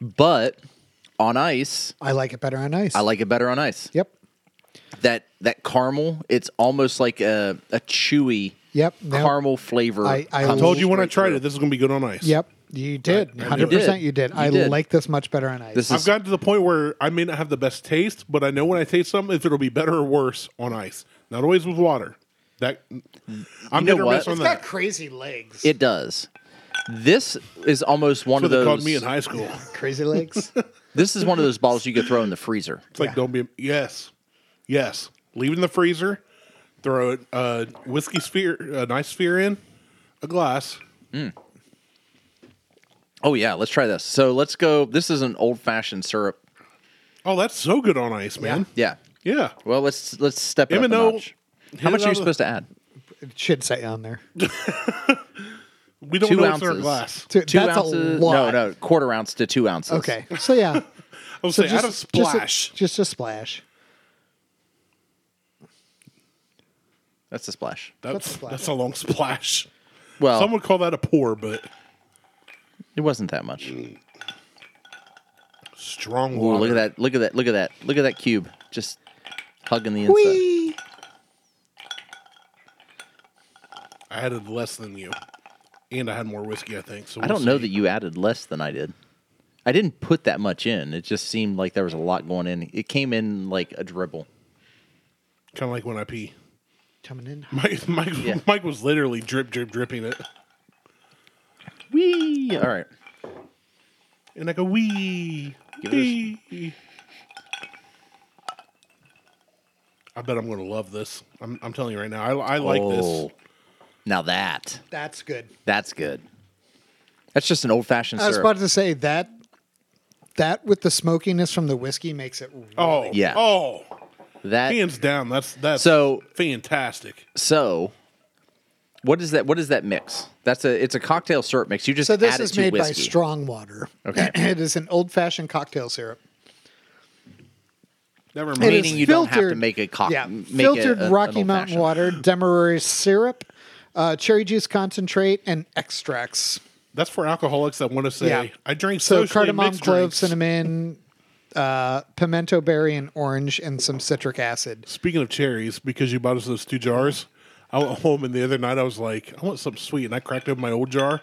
C: But on ice,
B: I like it better on ice.
C: I like it better on ice.
B: Yep.
C: That that caramel, it's almost like a, a chewy
B: Yep. No.
C: caramel flavor.
B: I- I
C: comes
E: told you when I
C: straight
E: tried
C: through.
E: it. This is going to be good on ice.
B: Yep. You did.
E: I- I
B: Hundred percent.
C: did.
B: You did.
C: You
B: I
C: did.
B: like this much better on ice.
C: This
E: I've
C: is
E: gotten to the point where I may not have the best taste, but I know when I taste something if it'll be better or worse on ice. Not always with water. That I'm
C: know
E: never
C: what?
E: miss on
C: It's
E: that.
B: crazy legs.
C: it does. This is almost one
E: That's what
C: of
E: they
C: those.
E: called me in high school.
B: crazy legs.
C: This is one of those bottles you could throw in the freezer.
E: It's like don't be yes, yes. Leave it in the freezer. Throw a uh, whiskey sphere, an ice sphere in a glass.
C: Oh yeah, let's try this. So let's go. This is an old fashioned syrup.
E: Oh, that's so good on ice, man.
C: Yeah.
E: Yeah.
C: Well, let's let's step it up a
E: M&O,
C: notch.
E: hit
C: How much
E: it
C: are
E: out
C: you
E: of the-
C: supposed to add?
B: it should say on there.
E: We don't
C: Two
E: know what's in
C: ounces.
E: our glass.
B: Dude,
C: two
B: that's
C: ounces.
B: a lot.
C: No, no, quarter ounce to two ounces.
B: Okay. So yeah.
E: I was
B: So
E: saying, add a splash.
B: Just a, just a splash.
C: that's a splash.
E: that's,
B: That's a splash.
E: that's a long splash.
C: Well,
E: Some would call that a pour, but
C: it wasn't that much.
B: Mm.
C: Ooh,
E: strong water.
C: look at that! Look at that! Look at that! Look at that cube just hugging the inside.
B: Whee!
E: I added less than you, and I had more whiskey. I think. So
C: I don't know that you added less than I did. I didn't put that much in. It just seemed like there was a lot going in. It came in like a dribble.
E: Kind of like when I pee.
B: Coming in.
E: Mike, Mike,
C: Yeah.
E: Mike was literally drip, drip, dripping it,
C: Wee! All right.
E: and like a wee,
C: Give it
E: wee. I bet I'm going to love this. I'm, I'm telling you right now. I, I like
B: Oh,
E: this.
C: Oh, Now that
B: That's good.
C: that's good. That's just an old fashioned
B: I was
C: syrup.
B: about to say that that with the smokiness from the whiskey makes it.
E: Oh
C: Yeah.
E: Oh,
C: that
E: hands
B: Uh,
E: down. That's that's
C: So-
E: fantastic.
C: So, what is that? What is that mix? That's a it's a cocktail syrup mix. You just
B: So this
C: add it
B: is
C: to
B: made by
C: whiskey.
B: strong water.
C: Okay.
B: it is an old-fashioned cocktail syrup.
E: Never
B: It
E: mind.
C: Meaning
B: is
C: you don't have to make a cock-
B: Yeah,
C: make
B: filtered
C: a- a-
B: Rocky
C: an
B: Mountain
C: old-fashioned.
B: water, Demerara syrup, uh, cherry juice concentrate, and extracts.
E: That's for alcoholics that want to say
B: Yeah.
E: I drink
B: So
E: socially
B: cardamom,
E: mixed
B: clove,
E: drinks."
B: cinnamon, uh, pimento berry, and orange, and some citric acid.
E: Speaking of cherries, because you bought us those two jars, I went home and the other night I was like, I want something sweet, and I cracked open my old jar.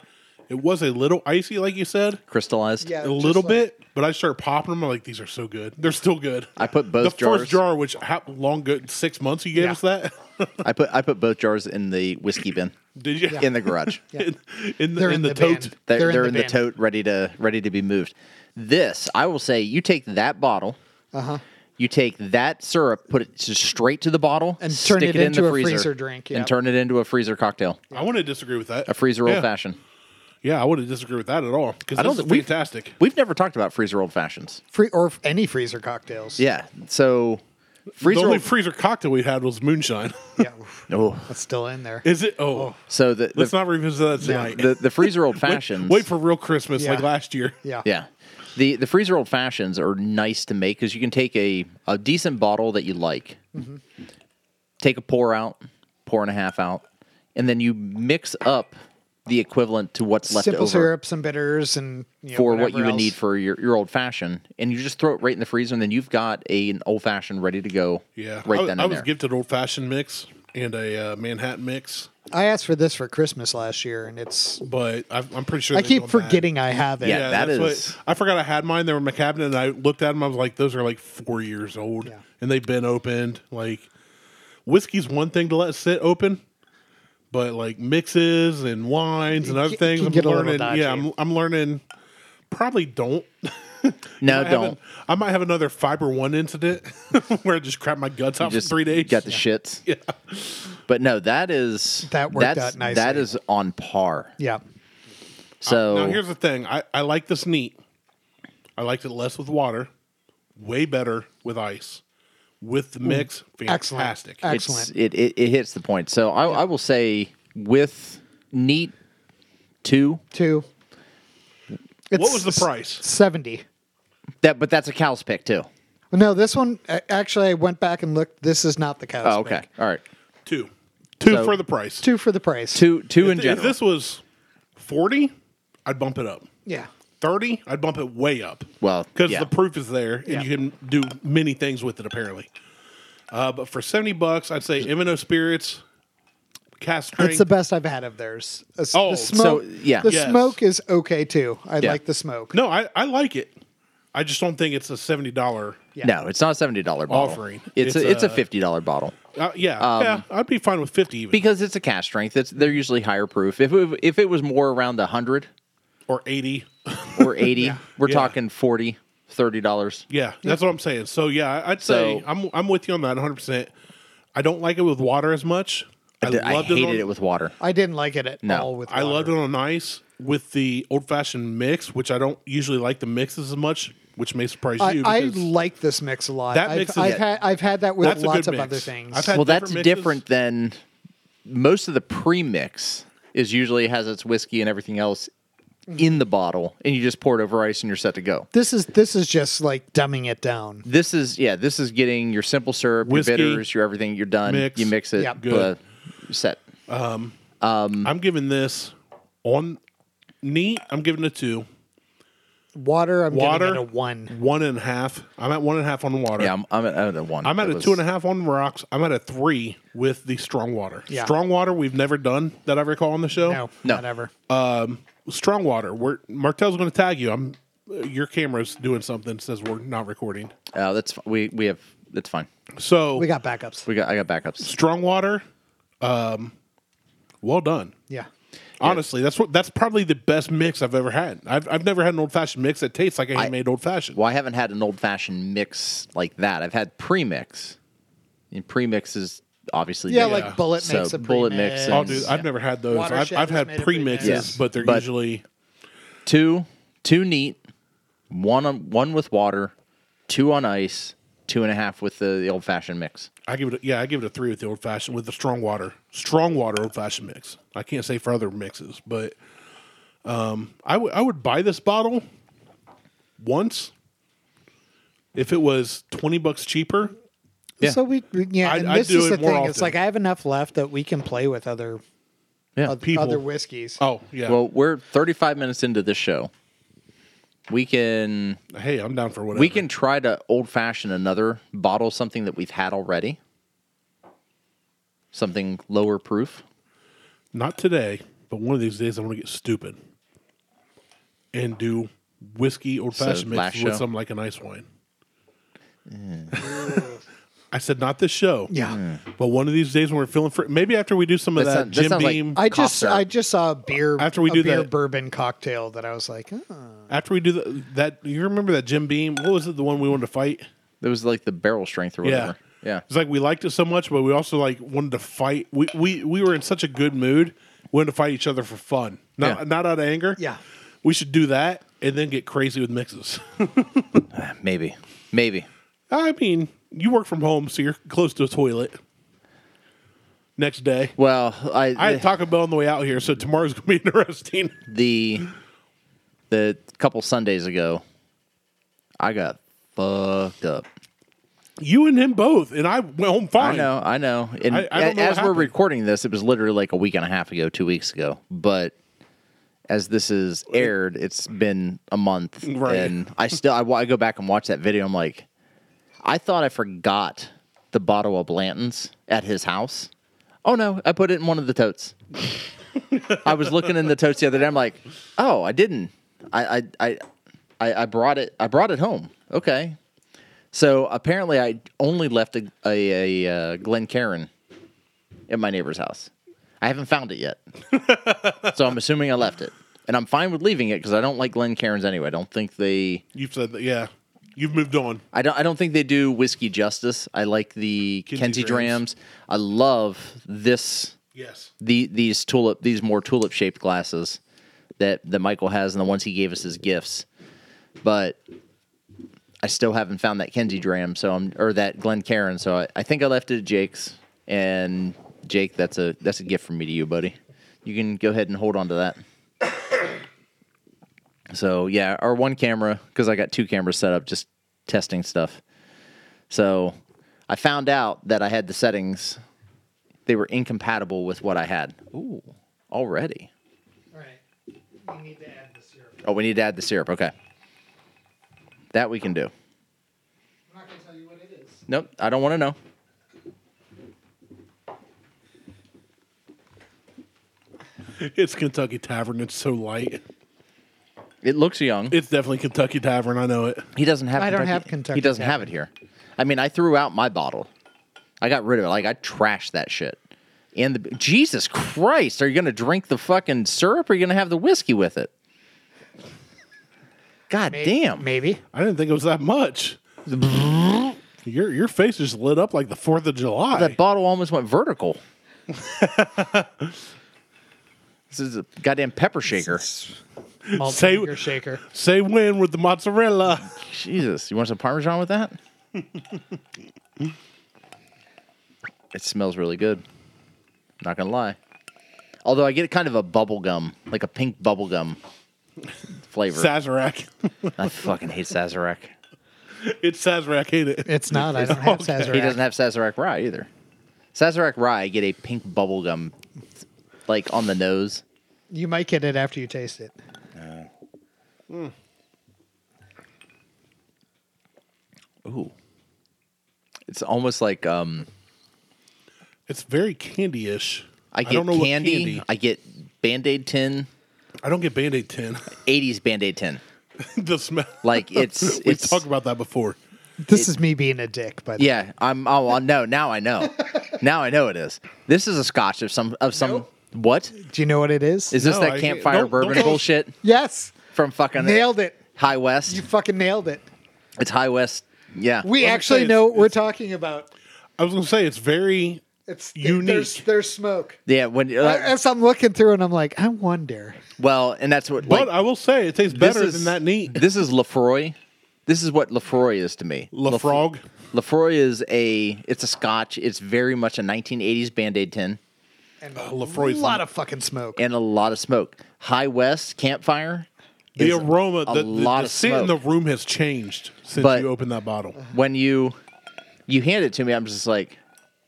E: It was a little icy, like you said,
C: crystallized.
B: Yeah.
E: a
B: Just
E: little
B: like-
E: bit, But I start popping them. I'm like, these are so good. They're still good.
C: I put both
E: the
C: jars-
E: first jar, which how long good six months you gave
A: Yeah.
E: us that.
C: I put I put both jars in the whiskey bin
E: Did you?
C: in the garage.
E: in, in the
B: They're
E: in,
B: in
E: the,
B: the
E: tote.
B: band.
C: They're,
B: They're
C: they're,
B: in the
C: in the,
B: bin.
C: tote, ready to ready to be moved. This, I will say, you take that bottle. Uh
B: Uh-huh.
C: huh. You take that syrup, put it just straight to the bottle,
B: And
C: stick
B: turn it
C: it, in the
B: into a
C: freezer,
B: freezer drink, yeah.
C: and turn it into a freezer cocktail,
E: I want to disagree with that.
C: a freezer
E: yeah.
C: old fashioned.
E: Yeah, I wouldn't disagree with that at all because
C: don't
E: that's
C: think- we-
E: fantastic.
C: We've never talked about freezer old fashions.
B: Free or any freezer cocktails.
C: Yeah, so
E: The
C: freezer.
E: only
C: old-
E: freezer cocktail we had was moonshine.
B: yeah.
C: oh,
B: That's still in there.
E: Is it? Oh,
C: so the
E: let's
C: the,
E: not revisit that tonight.
C: the, the freezer old fashions.
E: Wait for real Christmas like
B: Yeah.
E: last year.
B: yeah.
C: Yeah. The the freezer old fashions are nice to make because you can take a, a decent bottle that you like,
E: Mm-hmm.
C: take a pour out, pour and a half out, and then you mix up the equivalent to what's left
B: Simple
C: over
B: syrup, some bitters, and you know,
C: for what
B: whatever
C: you would
B: else.
C: need for your, your old fashioned. And you just throw it right in the freezer, and then you've got a, an old fashioned ready to go
E: Yeah,
C: right
E: I, was-
C: then and
E: I was
C: there.
E: gifted old fashioned mix and a uh, Manhattan mix,
B: I asked for this for Christmas last year, and it's.
E: but I, I'm pretty sure
B: I
E: they've
B: keep
E: gone back.
B: forgetting I have it.
C: Yeah.
E: Yeah,
C: that
E: that's what-
C: is-
E: I forgot I had mine. They were in my cabinet, and I looked at them. I was like, "Those are like four years old,
B: Yeah.
E: and they've been opened." Like, whiskey's one thing to let sit open, but like mixes and wines and other
B: can-
E: things,
B: can
E: I'm
B: get a little
E: learning.
B: dodgy.
E: Yeah, I'm, I'm learning. Probably don't.
C: no,
E: I
C: don't.
E: haven't- I might have another fiber one incident where I just crap my guts out for
C: Just
E: three days.
C: got the shits. Yeah. But no, that is
B: That worked
C: that's-
B: out nicely.
C: That is on par.
B: Yeah.
C: So
E: Now here's the thing. I, I like this neat. I liked it less with water, way better with ice. With the mix,
B: Excellent.
E: fantastic.
B: Excellent.
C: It's, it, it it hits the point. So I, I will say with neat two
B: Two. It's
E: What was the price?
B: 70.
C: that, but that's a cow's pick too.
B: No, this one, a- actually, I went back and looked. This is not the cow's
C: Oh, okay,
B: pick.
C: all right.
E: Two. Two
C: So-
E: for the price.
B: Two for the price.
C: Two two in
E: If- If
C: general.
E: this was 40, I'd bump it up.
B: Yeah.
E: 30, I'd bump it way up.
C: Well,
E: because
C: yeah.
E: the proof is there and
B: Yeah.
E: you can do many things with it apparently. Uh, but for 70 bucks, I'd say M&O Spirits, cast strength.
B: It's the best I've had of theirs. A s-
E: Oh,
B: the smoke,
C: so, yeah.
B: The
E: Yes.
B: smoke is okay too. I
C: Yeah.
B: like the smoke.
E: no, I, I like it. I just don't think it's a $70
C: No, it's not a seventy dollar bottle.
E: Offering.
C: It's,
E: It's
C: a, it's a
E: a-
C: fifty dollar bottle
E: Uh, yeah, yeah, I'd be fine with fifty even
C: Um, because it's a cash strength. It's they're usually higher proof. If it, if it was more around hundred
E: or eighty.
C: or eighty, we're
E: Yeah.
C: talking 40 30 dollars.
E: Yeah, that's what I'm saying. So yeah, I- I'd say
C: So-
E: I'm I'm with you on that 100. percent I don't like it with water as much. I,
C: I,
E: loved
C: hated
E: it, on,
C: it with water.
B: I didn't like it at
C: No.
B: all. With
E: I
B: water.
E: loved it on ice with the old fashioned mix, which I don't usually like the mixes as much, which may surprise
B: I,
E: you.
B: I
E: because
B: like this mix a lot.
E: That
B: I've,
E: mix is-
B: I've had I've had that with
E: That's a
B: lots
E: good
B: of other
E: mix.
B: things.
E: I've had-
C: Well, that's
E: different mixes?
C: different than most of the pre-mix is usually has its whiskey and everything else
E: Mm-hmm.
C: in the bottle, and you just pour it over ice and you're set to go.
B: this is this is just like dumbing it down.
C: This is yeah, this is getting your simple syrup,
E: Whiskey,
C: your bitters, your everything. You're done.
E: mix.
C: you mix it.
B: Yep.
E: Good.
C: blah, set.
E: I'm giving this on neat. I'm giving it a two.
B: Water, I'm
E: Water?
B: giving it a one.
E: One and a half. I'm at one and a half on water.
C: Yeah, I'm, I'm, at, I'm at a one.
E: I'm at
C: It
E: a
C: was-
E: two and a half on rocks. I'm at a three with the strong water.
B: Yeah.
E: Strong water we've never done that I recall on the show.
B: No,
C: No.
B: not ever.
E: Uh, Strong water. We're Martel's going to tag you. I'm. uh, Your camera's doing something. Says we're not recording.
C: Uh, that's fi- we we have. That's fine.
E: So
B: we got backups.
C: We got I got backups.
E: strong water. Um, well done.
B: yeah,
E: Honestly, that's what that's probably the best mix I've ever had. I've, I've never had an old fashioned mix that tastes like a handmade old fashioned.
C: Well, I haven't had an old fashioned mix like that. I've had pre-mix, and pre-mix is obviously
B: yeah,
C: different.
B: like bullet
C: So
B: makes a
C: bullet
B: pre-mix.
C: mix and-
E: Oh, dude, I've
C: yeah.
E: never had those. I've,
B: Watershed
E: I've
B: has
E: had
B: made a
E: pre
B: pre-mix.
E: mixes,
C: Yeah.
E: but they're
C: But-
E: usually
C: two two neat one on one with water two on ice two and a half with the, the old fashioned mix
E: I give it. A, yeah, I give it a three with the old fashioned with the strong water, strong water old fashioned mix. I can't say for other mixes, but um, I would I would buy this bottle once if it was twenty bucks cheaper.
C: Yeah.
B: So we, we- yeah,
E: I-
B: and
E: I
B: this
E: do
B: is the
E: it more
B: thing. It's
E: often.
B: like I have enough left that we can play with other
C: yeah
B: oth-
E: people.
B: other whiskeys.
E: Oh yeah.
C: well we're 35 minutes into this show we can
E: hey, I'm down for whatever.
C: we can try to old fashioned another bottle something that we've had already something lower proof
E: not today, but one of these days I'm gonna get stupid and do whiskey old fashioned
C: last
E: mixed with
C: show.
E: some like an ice wine. I said not this show.
C: Hmm.
B: Yeah.
E: But one of these days when we're feeling for maybe after we do some of
C: That
E: that,
C: sound- that
E: Jim
C: sounds like-
E: Beam
B: I just
C: Cough syrup.
B: I just saw a beer
E: After we
B: a
E: do
B: beer
E: that-
B: bourbon cocktail that I was like, oh.
E: after we do the, that you remember that Jim Beam what was it the one we wanted to fight?
C: There was like the barrel strength or whatever. Yeah.
E: It's like we liked it so much, but we also like wanted to fight. We we, we were in such a good mood, we wanted to fight each other for fun, not
C: Yeah.
E: not out of anger.
B: Yeah.
E: we should do that and then get crazy with mixes.
C: Maybe. Maybe.
E: I mean, you work from home, so you're close to a toilet. Next day,
C: Well, I,
E: I had Taco Bell on the way out here, so tomorrow's gonna be interesting.
C: the the couple Sundays ago, I got fucked up.
E: You and him both, and I went home fine.
C: I know, I know. And
E: I- I don't know
C: a-
E: what
C: as we're
E: happened.
C: recording this, it was literally like a week and a half ago, two weeks ago. But as this is aired, it's been a month,
E: Right.
C: and I still I, wa- I go back and watch that video. I'm like, I thought I forgot the bottle of Blanton's at his house. Oh no, I put it in one of the totes. I was looking in the totes the other day. I'm like, oh, I didn't. I I I I, I brought it. I brought it home. Okay. So apparently, I only left a a, a uh, Glen Karen at my neighbor's house. I haven't found it yet, so I'm assuming I left it, and I'm fine with leaving it because I don't like Glen Cairns anyway. I don't think they.
E: You've said that, yeah. You've moved on.
C: I don't. I don't think they do whiskey justice. I like the
E: Kinsey
C: Kenzie
E: Grahams.
C: Drams. I love this.
E: Yes.
C: The these tulip these more tulip shaped glasses that that Michael has and the ones he gave us as gifts, but I still haven't found that Kenzie Dram. So I'm or that Glen Karen. So I, I think I left it at Jake's. And Jake, that's a that's a gift from me to you, buddy. You can go ahead and hold on to that. So yeah, our one camera because I got two cameras set up just testing stuff. So I found out that I had the settings; they were incompatible with what I had. Ooh, already.
B: All right. We need to add the syrup.
C: Oh, we need to add the syrup. Okay, that we can do.
B: I'm not gonna tell you what it is.
C: Nope, I don't want to know.
E: It's Kentucky Tavern. It's so light.
C: It looks young.
E: It's definitely Kentucky Tavern. I know it.
C: He doesn't have.
B: I don't have Kentucky
C: He doesn't have
B: Tavern.
C: it here. I mean, I threw out my bottle. I got rid of it. Like I trashed that shit. And the Jesus Christ, are you gonna drink the fucking syrup? or Are you gonna have the whiskey with it? God damn.
B: Maybe.
E: I didn't think it was that much. your your face just lit up like the Fourth of July.
C: That bottle almost went vertical. this is a goddamn pepper shaker.
B: Malt
E: Say-
B: vinegar shaker.
E: Say when with the mozzarella.
C: Jesus, you want some parmesan with that? it smells really good. Not gonna lie. Although I get kind of a bubble gum, like a pink bubble gum flavor.
E: Sazerac.
C: I fucking hate Sazerac.
E: it's Sazerac, ain't it?
B: It's not. I don't have Sazerac.
C: He doesn't have Sazerac rye either. Sazerac rye, I get a pink bubble gum, like on the nose.
B: You might get it after you taste it.
C: Ooh, it's almost like um,
E: It's very candy-ish.
C: I get
E: don't know what
C: candy,
E: candy.
C: I get Band Aid tin,
E: I don't get Band-Aid tin.
C: '80s Band Aid tin.
E: the smell.
C: Like it's
E: We've
C: it's
E: talked about that before.
B: This is me being a dick, but
C: Yeah, I'm. Oh well, no, now I know. now I know it is. This is a scotch of some of some. What
B: do you know what it is?
C: is this?
E: No,
C: that
E: I-
C: campfire
E: don't-
C: bourbon
E: don't-
C: bullshit
B: yes.
C: from fucking
B: Nailed it.
C: High West.
B: You fucking nailed it.
C: It's High West. Yeah.
E: I was
B: We
E: gonna
B: actually
E: say,
B: know
E: it's-
B: what we're talking about.
E: I was gonna say it's very.
B: It's
E: unique.
B: There's, there's smoke.
C: yeah. When.
B: I-
C: Uh,
B: As I'm looking through, and I'm like, I wonder.
C: well, and that's what.
E: But
C: Like,
E: I will say it tastes
C: this
E: better
C: is-
E: than that neat.
C: This is Lefroy. This is what Lefroy is to me.
E: La Frog.
C: Lefroy is a. It's a scotch. It's very much a 1980s Band Aid tin.
B: And
E: Lefroy's
B: a lot of fucking smoke.
C: and a lot of smoke. High West campfire.
E: the
C: is
E: aroma. the,
C: a
E: the,
C: lot
E: the
C: of
E: scent in
C: smoke.
E: the room has changed since
C: But-
E: you opened that bottle.
C: when you you hand it to me, I'm just like,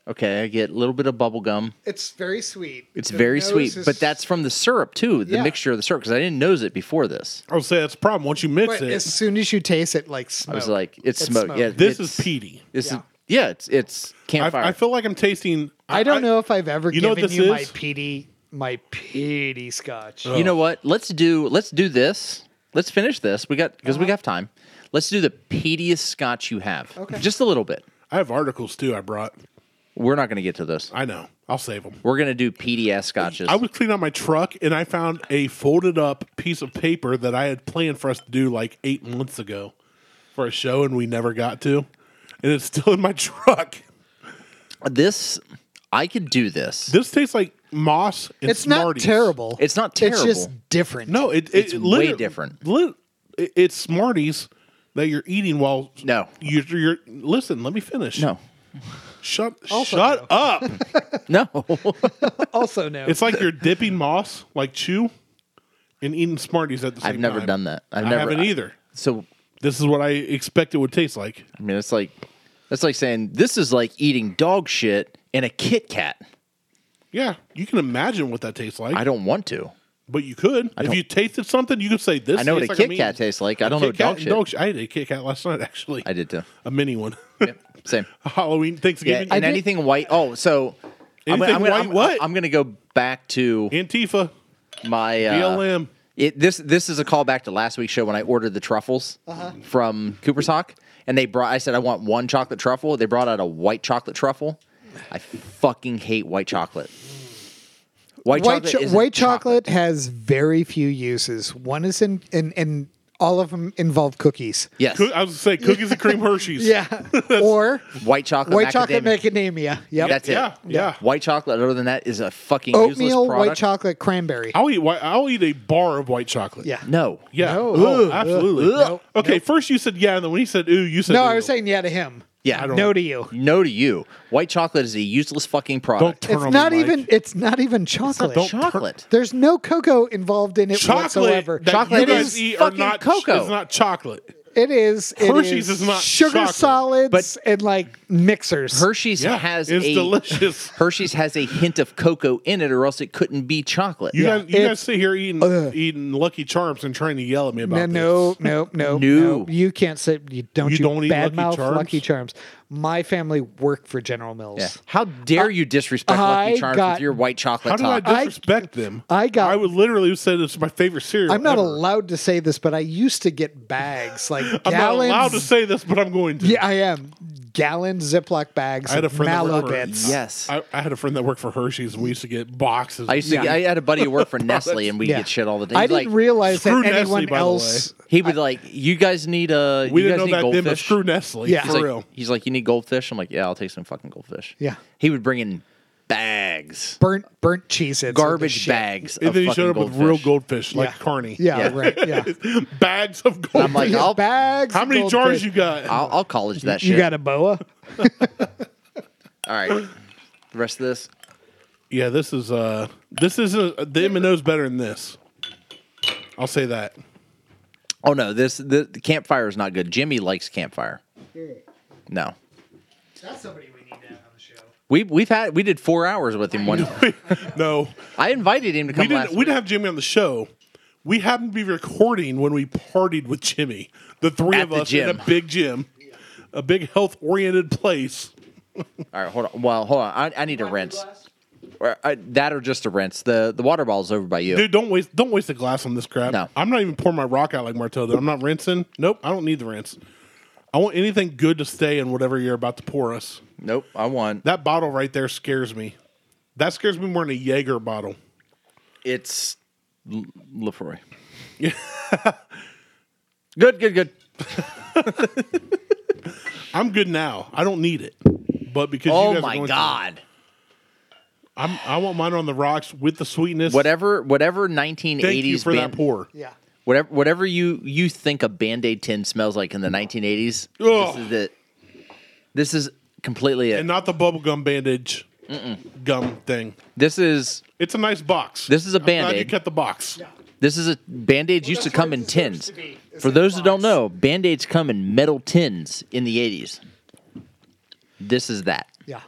C: okay, I get a little bit of bubble gum.
B: It's very sweet.
C: It's
B: The
C: very
B: nose
C: sweet,
B: is-
C: but that's from the syrup too, the
B: Yeah.
C: mixture of the syrup, because I didn't nose it before this.
E: I would say that's the problem. Once you mix
B: But
E: it,
B: as soon as you taste it, like smoke.
C: I was like, it's, smoke. Yeah,
E: this
C: it's-
E: is peaty.
C: This
B: Oh. Yeah.
C: is yeah, it's it's
E: I,
C: campfire.
E: I feel like I'm tasting.
B: I don't know if I've ever
E: You know what
B: given
E: this
B: you my
E: is?
B: PD my PD scotch.
E: Oh.
C: you know what? Let's do let's do this. Let's finish this. We got because we have time. Let's do the peatiest scotch you have.
B: Okay.
C: Just a little bit.
E: I have articles too. I brought.
C: We're not going to get to those.
E: I know. I'll save them.
C: We're going to do PDS scotches.
E: I was cleaning out my truck and I found a folded up piece of paper that I had planned for us to do like eight months ago for a show and we never got to. And it's still in my truck.
C: this I could do this.
E: This tastes like moss and
B: It's not
E: Smarties.
B: terrible.
C: It's not
B: It's just
C: terrible.
B: different.
E: No, it, it-
C: It's
E: it
C: way
E: liter-
C: different.
E: lit- it- it's Smarties that you're eating while
C: No.
E: you're, you're listen. Let me finish.
C: No.
E: shut shut up.
C: No.
B: Also, no.
E: It's like you're dipping moss like chew and eating Smarties at the same time.
C: I've never done that. I've
E: I
C: never
E: haven't either.
C: So
E: This is what I expect it would taste like.
C: I mean, it's like that's like saying this is like eating dog shit in a Kit Kat.
E: Yeah, you can imagine what that tastes like,
C: I don't want to.
E: but you could. if
C: don't-
E: you tasted something, you could say this.
C: I know what a
E: tastes like
C: Kit
E: meat.
C: Kat tastes like. I don't know
E: Kit
C: what dog
E: Kat and
C: shit.
E: sh- I ate a Kit Kat last night, actually.
C: I did too.
E: a mini one.
C: Same.
E: Halloween,
C: Yeah,
E: Thanksgiving,
C: and anything white. Oh, so I'm,
E: Anything
C: I'm, gonna-
E: white
C: I'm-
E: what?
C: I'm going to go back to
E: Antifa,
C: my uh,
E: BLM.
C: It, this this is a callback to last week's show when I ordered the truffles
B: Uh-huh.
C: from Cooper's Hawk, and they brought. I said I want one chocolate truffle. They brought out a white chocolate truffle. I fucking hate white chocolate. White,
B: white
C: chocolate,
B: cho-
C: isn't
B: white chocolate has very few uses. One is in in, in all of them involve cookies.
C: Yes,
E: Coo- I was gonna say cookies and cream Hershey's.
B: or
C: white chocolate.
B: white chocolate
C: macadamia.
B: macadamia. Yep.
C: That's it.
E: yeah, yeah.
C: White chocolate. Other than that, is a fucking
B: Oatmeal,
C: useless product.
B: white chocolate, cranberry.
E: I'll eat. White, I'll eat a bar of white chocolate.
B: Yeah.
C: No.
E: yeah.
B: No.
E: Oh,
B: Ugh.
E: absolutely.
B: Ugh. Nope.
E: Okay, first you said yeah, and then when he said ooh, you said
B: No,
E: ooh.
B: I was saying yeah to him.
C: Yeah. I don't-
B: No to you.
C: No to you. White chocolate is a useless fucking product.
E: Don't turn
B: It's
E: on
B: not
E: me, Mike.
B: even. It's not even chocolate.
E: don't-
C: chocolate.
B: There's no cocoa involved in it
E: chocolate.
B: whatsoever.
E: That
C: Chocolate
E: you
B: It
E: guys
B: is.
E: eat are
C: fucking
E: not
C: cocoa.
E: It's not chocolate.
B: It is. it
E: Hershey's is not
B: sugar
E: chocolate,
B: solids
C: but-
B: and like mixers.
C: Hershey's
E: Yeah,
C: has
E: it's
C: a
E: delicious.
C: Hershey's has a hint of cocoa in it, or else it couldn't be chocolate.
E: You guys, you guys
B: it's-
E: sit here eating
B: Ugh.
E: eating Lucky Charms and trying to yell at me about
B: no,
E: this.
B: no, no, no,
C: No.
B: no. You can't say you don't.
E: You
B: You,
E: don't eat Lucky
B: badmouth Lucky
E: Charms?
B: Charms. My family worked for General Mills.
C: Yeah. How dare you disrespect
B: I
C: Lucky Charms with
B: got-
C: your white chocolate
E: How did I
C: top?
E: disrespect them?
B: I got-
E: I would literally have said it's my favorite cereal.
B: I'm not
E: ever.
B: allowed to say this, but I used to get bags like
E: I'm not
B: gallons.
E: allowed to say this, but I'm going to.
B: yeah, I am. Gallon Ziploc bags.
E: I had a
B: of
E: friend that
B: Mallow
E: worked for-
B: bits.
C: yes. I,
E: I, I had a friend that worked for Hershey's, and we used to get boxes.
C: used to.
B: Yeah.
C: Get, I had a buddy who worked for Nestle, and we would
B: Yeah.
C: get shit all the time.
B: I didn't
C: like,
B: realize that
E: Screw Nestle,
B: anyone
E: by the
B: else.
C: He would like, you guys need a.
E: we
C: you
E: didn't
C: guys
E: know
C: need
E: that then, but
C: goldfish.
E: screw Nestle.
B: Yeah.
E: for
C: He's like,
E: real.
C: he's like, you need goldfish. I'm like, yeah, I'll take some fucking goldfish.
B: Yeah.
C: He would bring in bags,
B: Burnt, burnt cheese.
C: garbage bags.
E: And
C: of
E: then he
C: fucking
E: showed up
C: goldfish.
E: with real goldfish, like
B: Yeah.
E: Carney.
B: Yeah,
C: Yeah.
B: right. Yeah.
E: bags of goldfish.
C: I'm like,
B: Yeah,
C: I'll,
B: bags.
E: How
B: of
E: many jars
B: goldfish.
E: you got?
C: I'll, I'll college that shit.
B: You got a boa?
C: All right. The rest of this.
E: yeah, this is uh, this is a, the M and O's better than this. I'll say that.
C: Oh no, this the, the campfire is not good. Jimmy likes campfire. No.
B: That's somebody we need to have on the show.
C: We we've had we did four hours with him one.
E: No,
C: I invited him to come
E: we didn't.
C: last.
E: We didn't have Jimmy on the show. We happened to be recording when we partied with Jimmy, the three
C: At
E: of
C: the
E: us in
C: gym.
E: a big gym, a big health-oriented place.
C: week. All right, hold on. Well, hold on. I, I need a rinse. Or, I, that or just a rinse. The the water bottle's over by you.
E: Dude, don't waste don't waste a glass on this crap.
C: No.
E: I'm not even pouring my rock out like Marteau. though. I'm not rinsing. Nope, I don't need the rinse. I want anything good to stay in whatever you're about to pour us.
C: Nope, I want.
E: That bottle right there scares me. That scares me more than a Jaeger bottle.
C: It's L- Lefroy. good, good, good.
E: I'm good now. I don't need it. But because you
C: Oh
E: guys are
C: my
E: going
C: god.
E: through- I'm, I want mine on the rocks with the sweetness.
C: Whatever whatever
E: Thank you
C: 1980s
E: for that
C: band
E: pour.
B: Yeah.
C: whatever whatever you you think a band-aid tin smells like in the 1980s
E: Ugh.
C: this is it this is completely it
E: and not the bubblegum bandage gum thing.
C: this is
E: It's a nice box.
C: This is a
E: I'm glad You
C: Band-Aid.
E: kept the box.
C: this is a band-aids used to
B: that's
C: come
B: what
C: in
B: it deserves
C: tins
B: to be, is
C: for
B: in a
C: those who don't
B: box.
C: know band-aids come in metal tins in the 80s this is that
B: Yeah.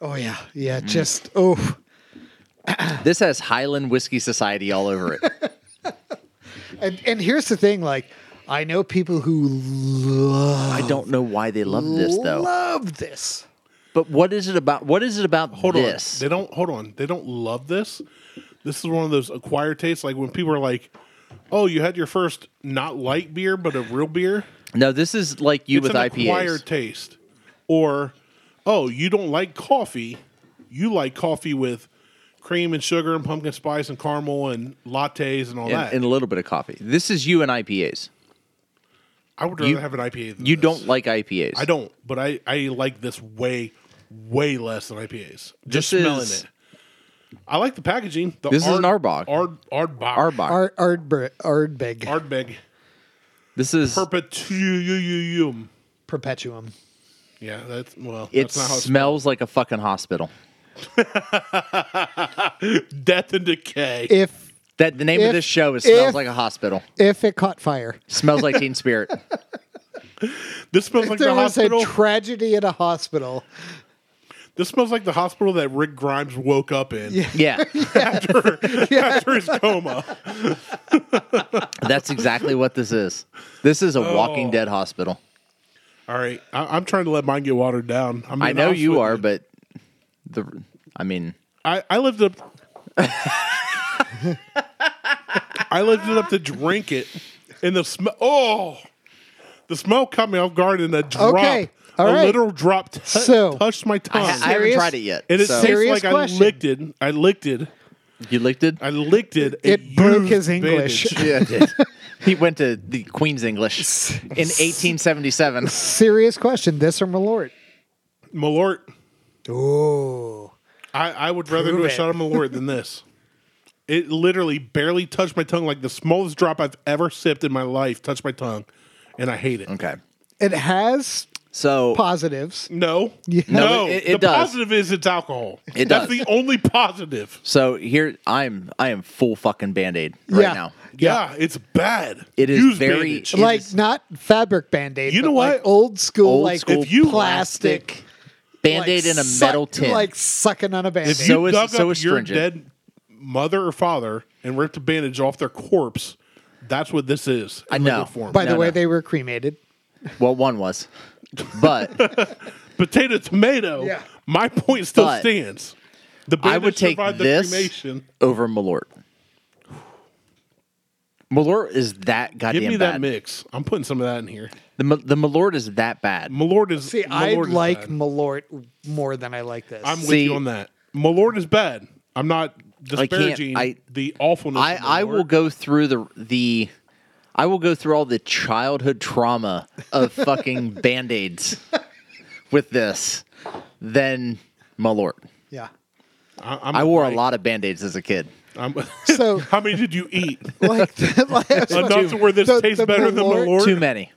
B: Oh yeah. Yeah. Just oh.
C: this has highland whiskey society all over it
B: And and here's the thing, like I know people who love
C: i don't know why they love this though
B: love this.
C: but what is it about what is it about
E: Hold
C: this
E: on. They don't hold on. They don't love this. This is one of those acquired tastes. Like when people are like, "Oh, you had your first not light beer, but a real beer."
C: No, this is like you
E: it's
C: with
E: an
C: IPAs.
E: acquired taste, or "Oh, you don't like coffee, you like coffee with cream and sugar and pumpkin spice and caramel and lattes and all
C: and,
E: that."
C: and a little bit of coffee. This is you and IPAs.
E: I would rather
C: you-
E: have an IPA. Than
C: You
E: this.
C: don't like IPAs.
E: I don't, but I I like this way way less than IPAs. Just
C: This
E: smelling
C: is-
E: it. I like the packaging. The
C: This is an
E: Ard-
C: Arbog.
E: Ard Ardbach.
C: Arbok.
B: Ard, Ardbr- Ardbeg
E: Ardbeg.
C: this is
E: Perpetuum.
B: Perpetuum.
E: Yeah, that's well.
C: it
E: that's not how it's
C: smells like a fucking hospital.
E: death and decay.
B: If
C: That the name
B: If-
C: of this show is smells
B: if-
C: like a hospital.
B: if it caught fire,
C: Smells like Teen Spirit.
E: this smells like
B: there
E: the
B: was
E: hospital.
B: a tragedy at a hospital.
E: this smells like the hospital that Rick Grimes woke up in
C: Yeah,
E: after, after his coma.
C: that's exactly what this is. This is a
E: Oh.
C: Walking Dead hospital.
E: All right, I, I'm trying to let mine get watered down. I'm
C: I
E: being
C: know
E: honest
C: you
E: with
C: are, but the I mean,
E: I, I lived up. I lived it up to drink it, and the smell. Oh, the smell caught me off guard, and a drop,
B: Okay, all
E: a
B: right.
E: literal drop, t-
B: So-
E: touched my tongue,
C: I, I haven't
B: serious?
C: tried it yet.
E: and it
C: so-
E: tastes
B: Serious
E: like
B: question.
E: I licked it. I licked it.
C: you licked it.
E: I licked it. a
B: It broke
E: used
B: his English.
E: bandage.
C: Yeah, it did. he went to the Queen's English in 1877.
B: Serious question. This or Malort?
E: Malort.
B: Ooh.
E: I, I would rather
B: Prove
E: do a
B: it.
E: shot of Malort than this. It literally barely touched my tongue, like the smallest drop I've ever sipped in my life touched my tongue, and I hate it.
C: Okay,
B: It has
C: so
B: positives.
E: No.
C: No,
E: No.
C: it- it
E: the
C: does.
E: positive is it's alcohol.
C: It
E: That's
C: does.
E: the only positive.
C: so here I'm. I am full fucking band aid right
B: Yeah.
C: now.
E: Yeah, it's bad.
C: It is
E: Use
C: very-
E: bandage.
C: Jesus.
B: Like not fabric band aid.
E: You know
B: like
E: what?
B: old school,
C: Old
B: like
C: school
B: if you plastic,
C: Band aid
B: like,
C: in a
B: suck-
C: metal tin.
B: like sucking on a band aid.
E: If you
C: so is-
E: dug
C: so
E: up your
C: astringent.
E: dead mother or father and ripped a bandage off their corpse, that's what this is. in
C: I know.
E: liquid Form.
B: By the
C: no,
B: way,
C: no.
B: they were cremated.
C: well, one was, but
E: Potato tomato.
B: Yeah.
E: My point still
C: But
E: stands. The
C: I
E: bandage
C: would take
E: survived
C: this
E: the cremation.
C: over Malort. Malort is that goddamn
E: Give me that
C: bad.
E: mix. I'm putting some of that in here.
C: the Ma- the Malort is that bad.
E: Malord is
B: See, I
E: Malord is
B: like
E: bad.
B: Malort more than I like this.
E: I'm with
C: See-
E: you on that. Malord is bad. I'm not
C: can't-
E: disparaging
C: I-
E: the awfulness.
C: I,
E: of
C: I will
E: Malort.
C: go through the the I will go through all the childhood trauma of fucking band-aids with this than Malort.
B: yeah.
E: I, I'm
C: I wore
E: right.
C: a lot of band-aids as a kid.
E: I'm,
B: So-
E: how many did you eat?
B: Like, like
E: Enough to where this tastes better than Malort.
C: Too many.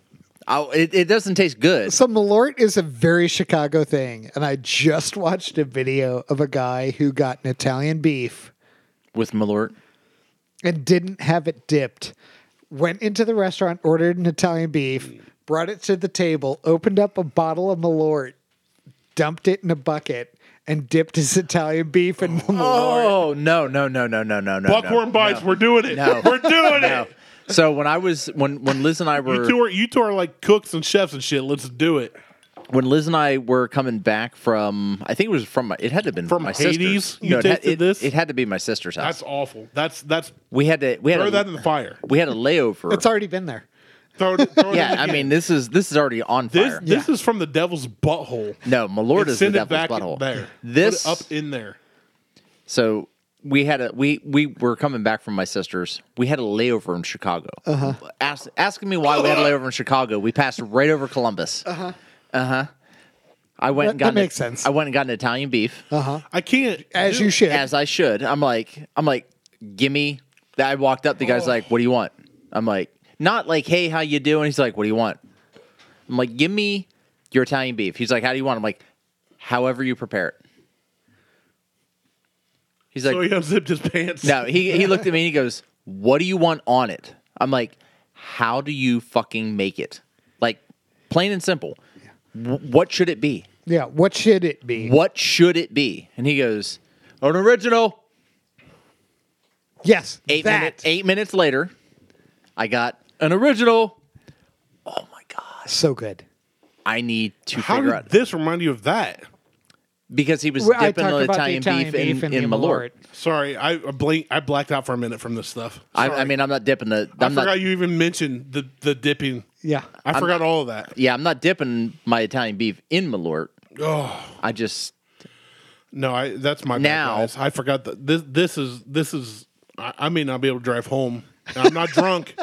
C: I, it, it doesn't taste good.
B: So Malort is a very Chicago thing, and I just watched a video of a guy who got an Italian beef
C: With Malort.
B: and didn't have it dipped. Went into the restaurant, ordered an Italian beef, brought it to the table, opened up a bottle of Malort, dumped it in a bucket, and dipped his Italian beef in Malort.
C: Oh no no no no no no no.
E: Buckhorn
C: no,
E: bites.
C: no.
E: We're doing it.
C: No.
E: We're doing
C: No.
E: it.
C: So when I was when when Liz and I were
E: You two, are, you two are like cooks and chefs and shit. Let's do it.
C: when Liz and I were coming back from, I think it was from my, it had to have been
E: From
C: my
E: Hades?
C: sister's.
E: You
C: it, had,
E: tasted
C: it,
E: this?
C: it had to be my sister's house.
E: That's awful. That's that's
C: we had to we had
E: throw
C: a,
E: that in the fire.
C: we had a layover.
B: It's already been there.
E: Throw, it- throw it
C: yeah,
E: in
C: I
E: again.
C: mean this is this is already on
E: this
C: fire.
E: this is from the devil's butthole.
C: no, Malord
E: And
C: is the
E: send it
C: devil's
E: back
C: butthole.
E: there.
C: This
E: Put it up in there.
C: so we had a we we were coming back from my sister's. We had a layover in Chicago. Uh-huh. Ask, asking me why we had a layover in Chicago. We passed right over Columbus. Uh huh. Uh huh. I went
B: Uh-huh. That-
C: and
B: that
C: got an-
B: makes sense. Uh-huh.
C: I went and got an Italian beef.
E: I can't.
B: As
E: do-
B: you should.
C: as I should. I'm like, I'm like, gimme. I walked up. The guy's like, "What do you want?" I'm like, not like, "Hey, how you doing?" He's like, "What do you want?" I'm like, "Give me your Italian beef." He's like, "How do you want?" I'm like, "However you prepare it." He's like,
E: So he unzipped his pants.
C: "No." He he looked at me and he goes, "What do you want on it?" I'm like, "How do you fucking make it?" Like, plain and simple. W- what should it be?
B: yeah. What should it be?
C: What should it be? And he goes, "An original."
B: Yes.
C: Eight
B: that.
C: minutes. Eight minutes later, I got an original. Oh my god!
B: So good.
C: I need to
E: How
C: figure
E: did
C: out.
E: this remind you of that?
C: because he was
B: Well, I
C: dipping
B: talked
C: the
B: about
C: Italian, beef, in, in,
B: the
C: Malort.
E: Sorry, I blank. I blacked out for a minute from this stuff.
C: I,
E: Sorry.
C: I mean, I'm not dipping the.
E: I
C: I'm
E: forgot
C: not.
E: you even mentioned the the dipping.
B: Yeah.
E: I forgot all of that.
C: yeah, I'm not dipping my Italian beef in Malort.
E: Oh
C: I just
E: no, I that's my
C: Now-
E: bad, guys. I forgot that this this is this is. I, I may not be able to drive home. And I'm not drunk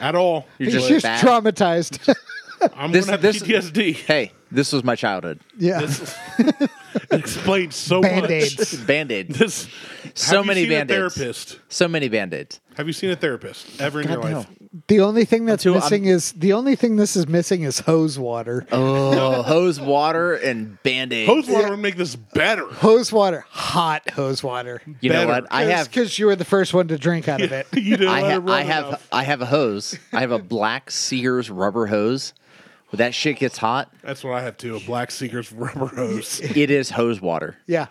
E: at all.
C: you're
B: He's
C: just,
B: just
C: bad.
B: traumatized.
E: I'm
C: This-
E: gonna have
C: this-
E: PTSD.
C: Hey, this was my childhood.
B: yeah.
E: It explains so much.
B: Band-Aids.
C: Band aids.
E: This
C: So
E: have you
C: many
E: seen a
C: Band-Aids.
E: Therapist,
C: So many band aids.
E: have you seen a therapist ever in your life?
B: The only thing that's
C: too- I'm-
B: missing is the only thing this is missing is hose water.
C: Oh, hose water and band aids.
E: Hose water would make this better.
B: Hose water, hot hose water.
C: You
E: better.
C: know what? I have.
B: because you were the first one to drink out of it.
E: You didn't
C: I,
E: let it
C: ha-
E: run
C: I have.
E: enough.
C: I have a hose. I have a black Sears rubber hose. When that shit gets hot,
E: That's what I have too. A black seeker's rubber hose.
C: it is hose water.
B: Yeah.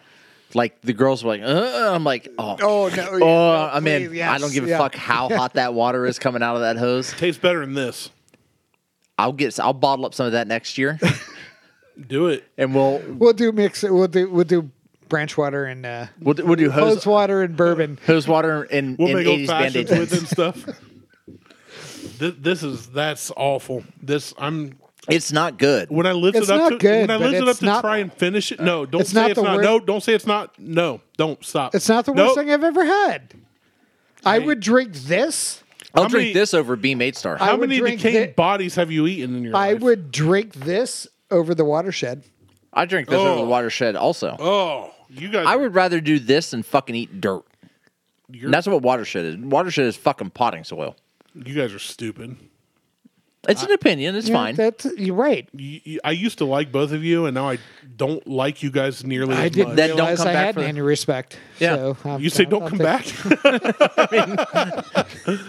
C: Like the girls were like, uh, I'm like, oh,
B: Oh no. yeah,
C: oh,
B: no,
C: I'm in.
B: please, yes,
C: I don't give a
B: yeah.
C: fuck how hot that water is coming out of that hose.
E: Tastes better than this.
C: I'll get. I'll bottle up some of that next year,
E: Do it.
C: and we'll
B: We'll do mix. We'll do we'll do branch water and uh,
C: we'll, do- we'll do hose
B: hose water and bourbon.
C: hose water and,
E: We'll
C: and
E: make old
C: 80s band
E: fashions
C: aids.
E: with and stuff. this, this is that's awful. This I'm
C: It's not good.
E: when I lift
B: It's
E: it up
B: not
E: to
B: good,
E: when I
B: but
E: lift it
B: it's
E: up to
B: not-
E: try and finish it. No, don't
B: It's
E: say
B: not
E: it's
B: the
E: not.
B: wor-
E: No, don't say it's not. No, don't stop.
B: It's not the worst
E: Nope.
B: thing I've ever had. I
E: Hey.
B: would drink this.
C: I'll
E: how
C: drink
E: many-
C: this over Beam Eight Star.
B: I
E: How
B: would
E: many
B: drink
E: decayed
B: thi-
E: bodies have you eaten in your
B: I
E: life?
B: would drink this over the watershed.
C: I drink this
E: Oh.
C: over the watershed. Also,
E: Oh, you guys.
C: I would rather do this than fucking eat dirt.
E: You're-
C: And that's what watershed is. Watershed is fucking potting soil.
E: You guys are stupid.
C: It's an opinion. It's
B: Yeah,
C: fine.
B: That's you're right.
E: You, you, I used to like both of you, and now I don't like you guys nearly
B: I
E: as
B: didn't
E: much.
C: Then don't
B: realize
C: come
B: I
C: back
B: had
C: for the-
B: any respect.
C: Yeah.
B: So, um,
E: you say
B: I'll-
E: don't
B: I'll
E: come
B: take-
E: back.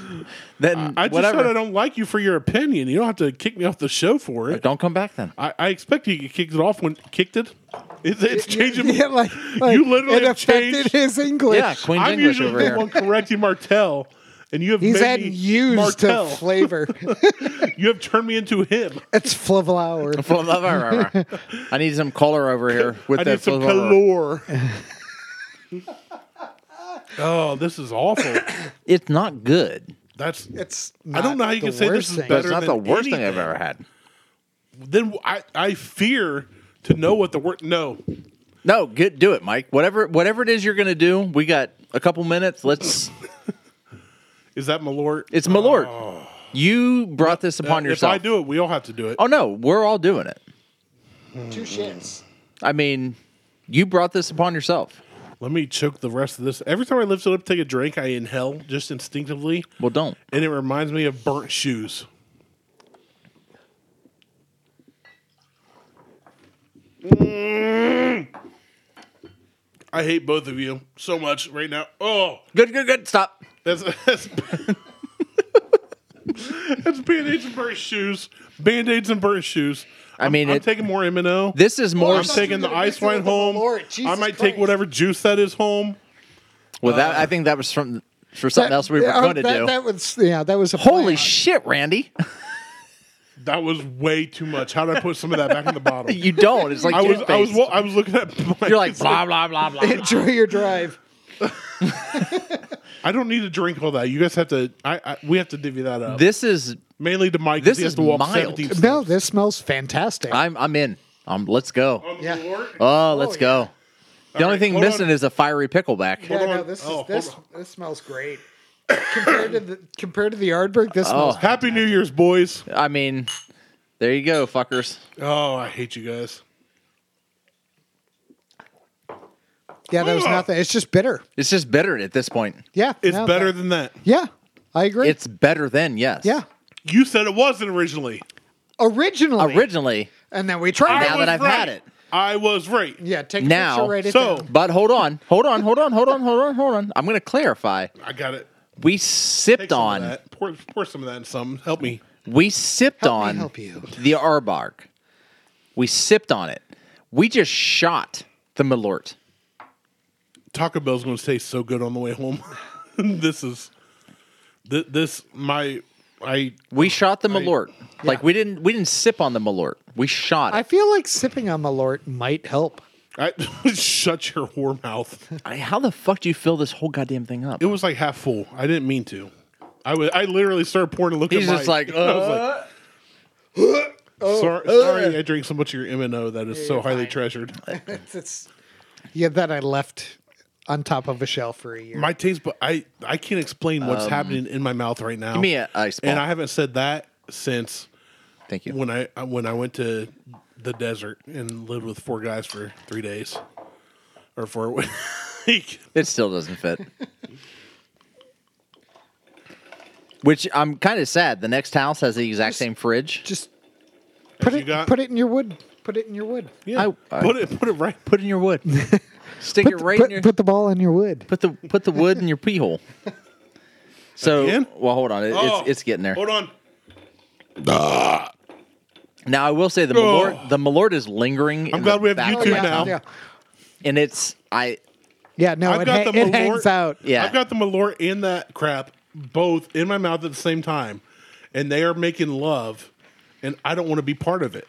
C: then
E: I just
C: whatever.
E: said I don't like you for your opinion. You don't have to kick me off the show for it.
C: don't come back then.
E: I, I expect you kicked it off when kicked it. It's, it's changing.
B: Yeah, like, like
E: You literally
B: it
E: have
B: affected
E: changed-
B: his English.
C: Yeah, Queen's
E: I'm
C: English
E: usually
C: over
E: the
C: here.
E: one correcting Martell, and you have
B: He's
E: made
B: adding
E: me
B: used
E: Martell.
B: to flavor.
E: you have turned me into him.
B: it's flavor.
C: Blah, blah, blah, blah, blah. I need some color over here with
E: I
C: that.
E: need some
C: blah, blah, blah.
E: color. oh, this is awful.
C: It's not good.
E: That's
B: It's.
E: I don't know how you
B: the
E: can say this
B: worst
E: is
B: thing.
E: better.
C: It's not
E: than
C: the worst thing I've
E: anything.
C: ever had.
E: then I, I fear to know what the word. No,
C: No, good. Do it, Mike. Whatever, whatever it is you're gonna do. We got a couple minutes. Let's.
E: is that Malort?
C: It's Malort. You brought this upon
E: Oh. if
C: yourself.
E: I do it, we all have to do it.
C: Oh no, we're all doing it.
B: Two shits.
C: I mean, you brought this upon yourself.
E: Let me choke the rest of this. Every time I lift it up, to take a drink, I inhale just instinctively,
C: Well, don't.
E: and it reminds me of burnt shoes. Mm. I hate both of you so much right now. Oh,
C: Good, good, good. Stop.
E: that's that's, that's band aids and burnt shoes. Band aids and burnt shoes.
C: I mean,
E: I'm
C: it-
E: taking more M and O.
C: This is more.
E: I'm taking the
B: gonna mix
E: ice
B: it with
E: wine
B: the
E: home.
B: Malort.
E: I
B: Jesus
E: might take
B: Christ.
E: whatever juice that is home.
C: well, that
E: Uh,
C: I think that was from for something else we were going to
B: that,
C: do.
B: That was yeah. That was a
C: Holy
B: plan.
C: shit, Randy!
E: That was way too much. How did I put some of that back in the bottle?
C: you don't. It's like
E: I was I was
C: toothpaste.
E: wa- I was looking at Mike.
C: You're like blah blah blah blah.
B: Enjoy your drive.
E: I don't need to drink all that. You guys have to. I, I we have to divvy that up.
C: this is.
E: Mainly to Mike. 'cause
C: this
E: he has
C: is
E: to walk
C: mild.
E: 17 steps.
B: No, this smells fantastic.
C: I'm I'm in. Um, let's go.
E: On the
B: Yeah.
E: Lord?
C: Oh, let's go. The only
E: right,
C: thing
E: hold
C: missing
E: on.
C: is a fiery pickleback.
B: yeah,
E: hold
B: no,
E: on.
B: this is
E: Oh, hold
B: this
E: on.
B: this smells great. compared to the compared to the Yardberg, this
C: Oh.
B: smells.
E: Happy New Year's, boys.
C: I mean, there you go, fuckers.
E: Oh, I hate you guys.
B: Yeah, that was
E: Ugh.
B: nothing. It's just bitter.
C: It's just better at this point.
B: Yeah,
E: It's
B: no,
E: better
B: that-
E: than that.
B: yeah, I agree.
C: It's better than yes.
B: yeah,
E: You said it wasn't originally.
B: originally,
C: Originally,
B: and then we tried.
E: I
C: now
E: was
B: it.
C: that I've
E: right.
C: had it.
E: I was right.
B: Yeah, take a
C: Now,
B: picture, write it
E: so-
B: down.
C: But hold on, hold on, hold on, hold on, hold on, hold on. I'm going to clarify.
E: I got it.
C: We
E: Take
C: sipped
E: some of
C: on.
E: that. Pour, pour some of that in some. Help me.
C: We sipped
B: Help me
C: on
B: help you.
C: the Arbarg. We sipped on it. We just shot the Malort.
E: Taco Bell's going to taste so good on the way home. this is this, this my I
C: We shot the Malort. Like we didn't we didn't sip on the Malort. We shot it.
B: I feel like sipping on Malort might help.
E: I, shut your whore mouth.
C: I- How the fuck do you fill this whole goddamn thing up?
E: It was like half full. I didn't mean to. I was. I literally started pouring a look
C: He's
E: at
C: just
E: Mike.
C: like, uh,
E: I was like, sorry, sorry, I drink so much of your M and O that is so highly treasured.
B: It's, yeah, that I left on top of a shelf for a year.
E: My taste, but I I can't explain what's happening in my mouth right now.
C: Um, Give me an ice ball.
E: and I haven't said that since
C: Thank you.
E: when I uh, when I went to the desert and lived with four guys for three days or for a week.
C: It still doesn't fit. Which I'm kind of sad. The next house has the exact same fridge.
B: Just put
E: you
B: it
E: got-
B: put it in your wood. Put it in your wood.
E: Yeah,
C: I-
E: put it put it right.
C: Put in your wood. Stick
B: Put,
C: it
B: the-
C: right
B: put,
C: in your
B: put the ball in your wood.
C: put the put the wood in your pee hole. So
E: Again?
C: well, hold on. It,
E: Oh,
C: it's it's getting there.
E: Hold on.
C: Now I will say the
E: Oh.
C: Malort, the Malort is lingering. in
E: I'm glad
C: the
E: we have
C: back
E: YouTube
C: right
E: now.
B: Yeah,
C: and it's I
B: yeah no,
E: I've
B: it,
E: got
B: ha-
E: the
B: it
E: Malort-
B: hangs out.
C: Yeah.
E: I've got the Malort and that crap both in my mouth at the same time, and they are making love, and I don't want to be part of it.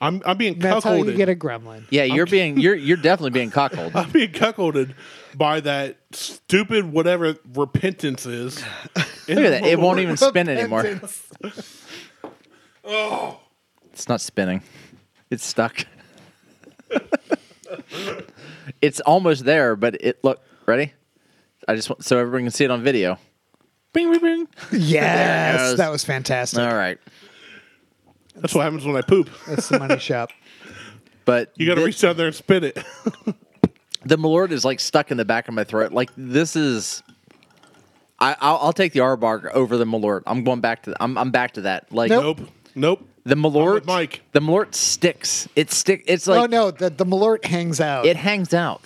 E: I'm I'm being
B: That's how
E: cuckolded.
B: you get a gremlin.
C: yeah. You're being you're you're definitely being cockholed.
E: I'm being cuckolded by that stupid whatever repentance is.
C: Look at that. It won't even spin anymore.
B: Repentance.
C: It's not spinning. It's stuck. it's almost there, but it look ready. I just want so everyone can see it on video. Bing bing bing. There it
B: Yes,
C: goes.
B: that was fantastic.
C: All right,
E: That's what happens when I poop.
B: That's the money shop.
C: but
E: You got to
C: thi-
E: reach down there and spit it.
C: the Malort is like stuck in the back of my throat. Like this is. I, I'll, I'll take the Arbarg over the Malort. I'm going back to. I'm, I'm back to that. Like
E: Nope. Nope.
C: the Malort,
E: with Mike.
C: The Malort sticks. It stick. It's like
B: oh no, the the Malort hangs out.
C: it hangs out.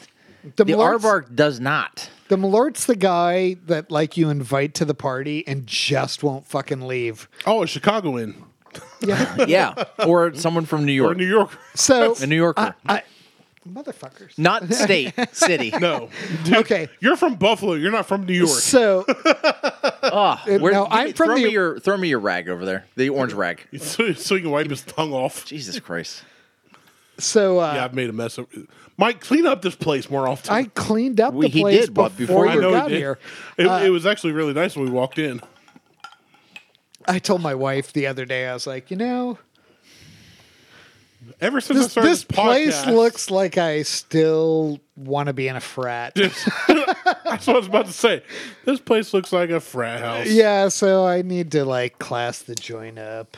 B: the
C: The
B: Malort's-
C: Arbarg does not.
B: The Malort's the guy that like you invite to the party and just won't fucking leave.
E: Oh, a Chicagoan
B: Yeah.
C: Yeah, or someone from New
E: or
C: York.
E: New York?
B: So
C: A New Yorker.
B: I, I- motherfuckers.
C: Not state, city.
E: No. Dude,
B: Okay.
E: You're from Buffalo. You're not from New York.
B: So
C: Oh,
B: no,
C: where, give me-
B: I'm from
C: throw
B: the-
C: me your throw me your rag over there, the orange rag.
E: So, so you can wipe his tongue off.
C: Jesus Christ!
B: so uh,
E: Yeah, I've made a mess of Mike, clean up this place more often.
B: I cleaned up
C: We-
B: the
C: he
B: place
C: did,
B: before,
C: but before
B: you
C: you
E: he
B: got
E: did.
B: here. Uh,
E: It, it was actually really nice when we walked in.
B: I told my wife the other day. I was like, you know,
E: Ever since I
B: this,
E: started
B: this place
E: podcast-
B: looks like I still want to be in a frat.
E: That's what I was about to say. This place looks like a frat house.
B: yeah, so I need to like class the joint up.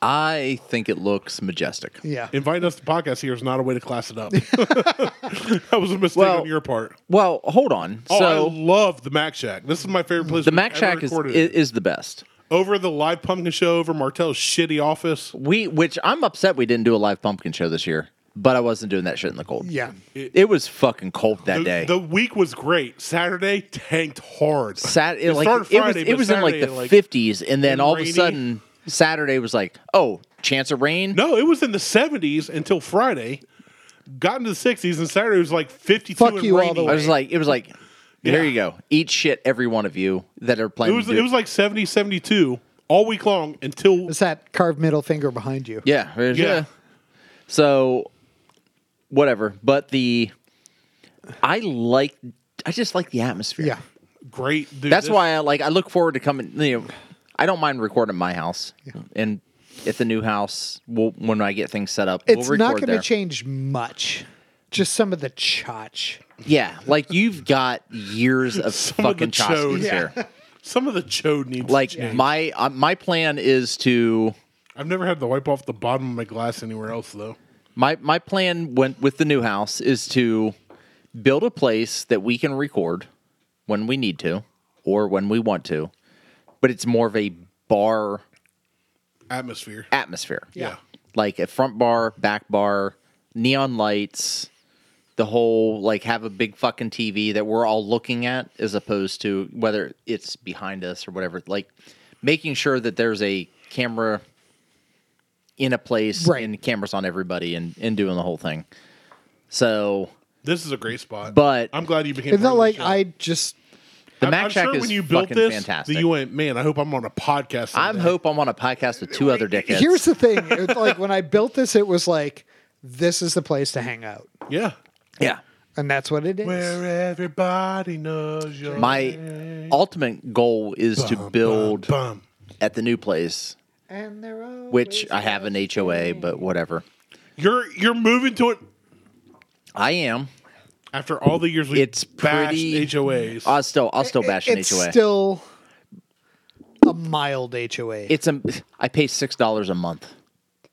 C: I think it looks majestic.
B: Yeah.
E: Inviting us to podcast here is not a way to class it up. that was a mistake
C: Well-
E: on your part.
C: Well, hold on.
E: Oh, I
C: so
E: love the Mac Shack. This is my favorite place.
C: the
E: we've
C: Mac
E: ever
C: Shack is,
E: recorded
C: is
E: in.
C: is the best.
E: over the live pumpkin show over Martell's shitty office.
C: We, which I'm upset we didn't do a live pumpkin show this year, but I wasn't doing that shit in the cold.
B: Yeah.
C: it, was fucking cold that
E: The,
C: day.
E: the week was great. Saturday tanked hard.
C: Sat, it,
E: It
C: like,
E: started Friday,
C: it was,
E: but
C: it was in like
E: Saturday,
C: the
E: like,
C: 50s, and then all of
E: rainy.
C: a sudden Saturday was like, oh, chance of rain.
E: no, it was in the seventies until Friday. Got into the sixties and Saturday was like fifty-two
B: Fuck
E: and
B: you all
E: rainy.
B: the
C: I was like, it was like,
E: Yeah.
C: there you go. Eat shit, every one of you that are
E: It
C: playing.
E: was it was like 70, 72 all week long until
B: It's that carved middle finger behind you.
C: Yeah, yeah.
E: Yeah.
C: So whatever, but the I like I just like the atmosphere.
B: Yeah.
E: great. Dude,
C: That's
E: this-
C: why I like I look forward to coming, you know, I don't mind recording at my house and at the new house we'll, when I get things set up,
B: It's
C: we'll record
B: not going to
C: there.
B: change much. Just some of the chotch.
C: Yeah, like you've got years of
E: of the
C: fucking
E: chode.
C: choskis
B: Yeah.
C: here.
E: some of the chode needs.
C: Like
E: to change.
C: my uh, my plan is to
E: I've never had to wipe off the bottom of my glass anywhere else though.
C: My my plan went with the new house is to build a place that we can record when we need to or when we want to, but it's more of a bar
E: Atmosphere.
C: atmosphere.
E: Yeah.
C: Like a front bar, back bar, neon lights, the whole like have a big fucking TV that we're all looking at as opposed to whether it's behind us or whatever. Like making sure that there's a camera in a place
B: Right.
C: and cameras on everybody and, and doing the whole thing. So
E: This is a great spot.
C: But-
E: I'm glad you became.
B: It's not
E: part of
B: like
E: the show.
B: I just.
C: the
E: I'm-
C: Mac
E: I'm
C: Shack
E: sure
C: is
E: when you built
C: fucking
E: this,
C: fantastic.
E: That you went, man. I hope I'm on a podcast.
C: I
E: someday."
C: hope I'm on a podcast with two other dickheads.
B: Here's the thing. It, like when I built this, it was like, this is the place to hang out.
E: Yeah.
C: Yeah.
B: and that's what it is.
E: Where everybody knows your
C: My ultimate goal is to build
E: Bum.
C: at the new place,
B: and they're all
C: which I have an HOA, but whatever.
E: You're you're moving to it
C: I am.
E: after all the years we
C: It's
E: bashed
C: pretty-
E: HOAs.
C: I'll still I'll still bash an
B: it's
C: HOA.
B: still a mild HOA.
C: it's a I pay six dollars a month.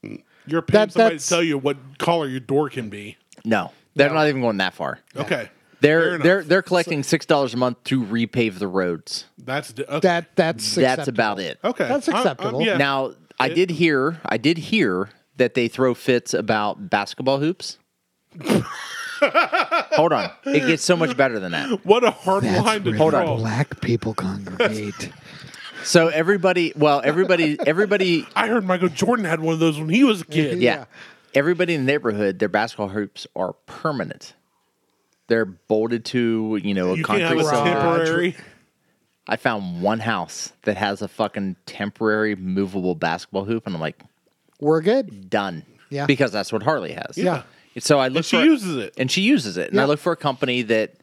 E: you're paying
B: that-
E: somebody
B: that's-
E: to tell you what color your door can be.
C: No, they're not even going that far.
E: Okay. Fair
C: They're
E: enough.
C: they're they're collecting six dollars a month to repave the roads.
E: That's di- okay.
B: that that's
C: That's
B: acceptable.
C: about it.
E: okay.
B: that's
E: I'm- I'm-
B: acceptable.
E: yeah.
C: Now I did hear I did hear that they throw fits about basketball hoops. Hold on, it gets so much better than that.
E: what a hard
B: That's
E: line to
B: where
C: Hold on.
E: draw.
B: Black people congregate.
C: So everybody, well, everybody, everybody,
E: I heard Michael Jordan had one of those when he was a kid.
C: yeah,
B: Yeah.
C: everybody in the neighborhood, their basketball hoops are permanent. They're bolted to you know a
E: You can't have
C: concrete.
E: a
C: slab.
E: temporary.
C: I found one house that has a fucking temporary movable basketball hoop, and I'm like,
B: We're good.
C: done.
B: Yeah.
C: Because that's what Harley has.
B: Yeah.
C: So I look
E: she
C: for-
E: uses it.
C: And she uses it. And I
B: Yeah.
C: look for a company that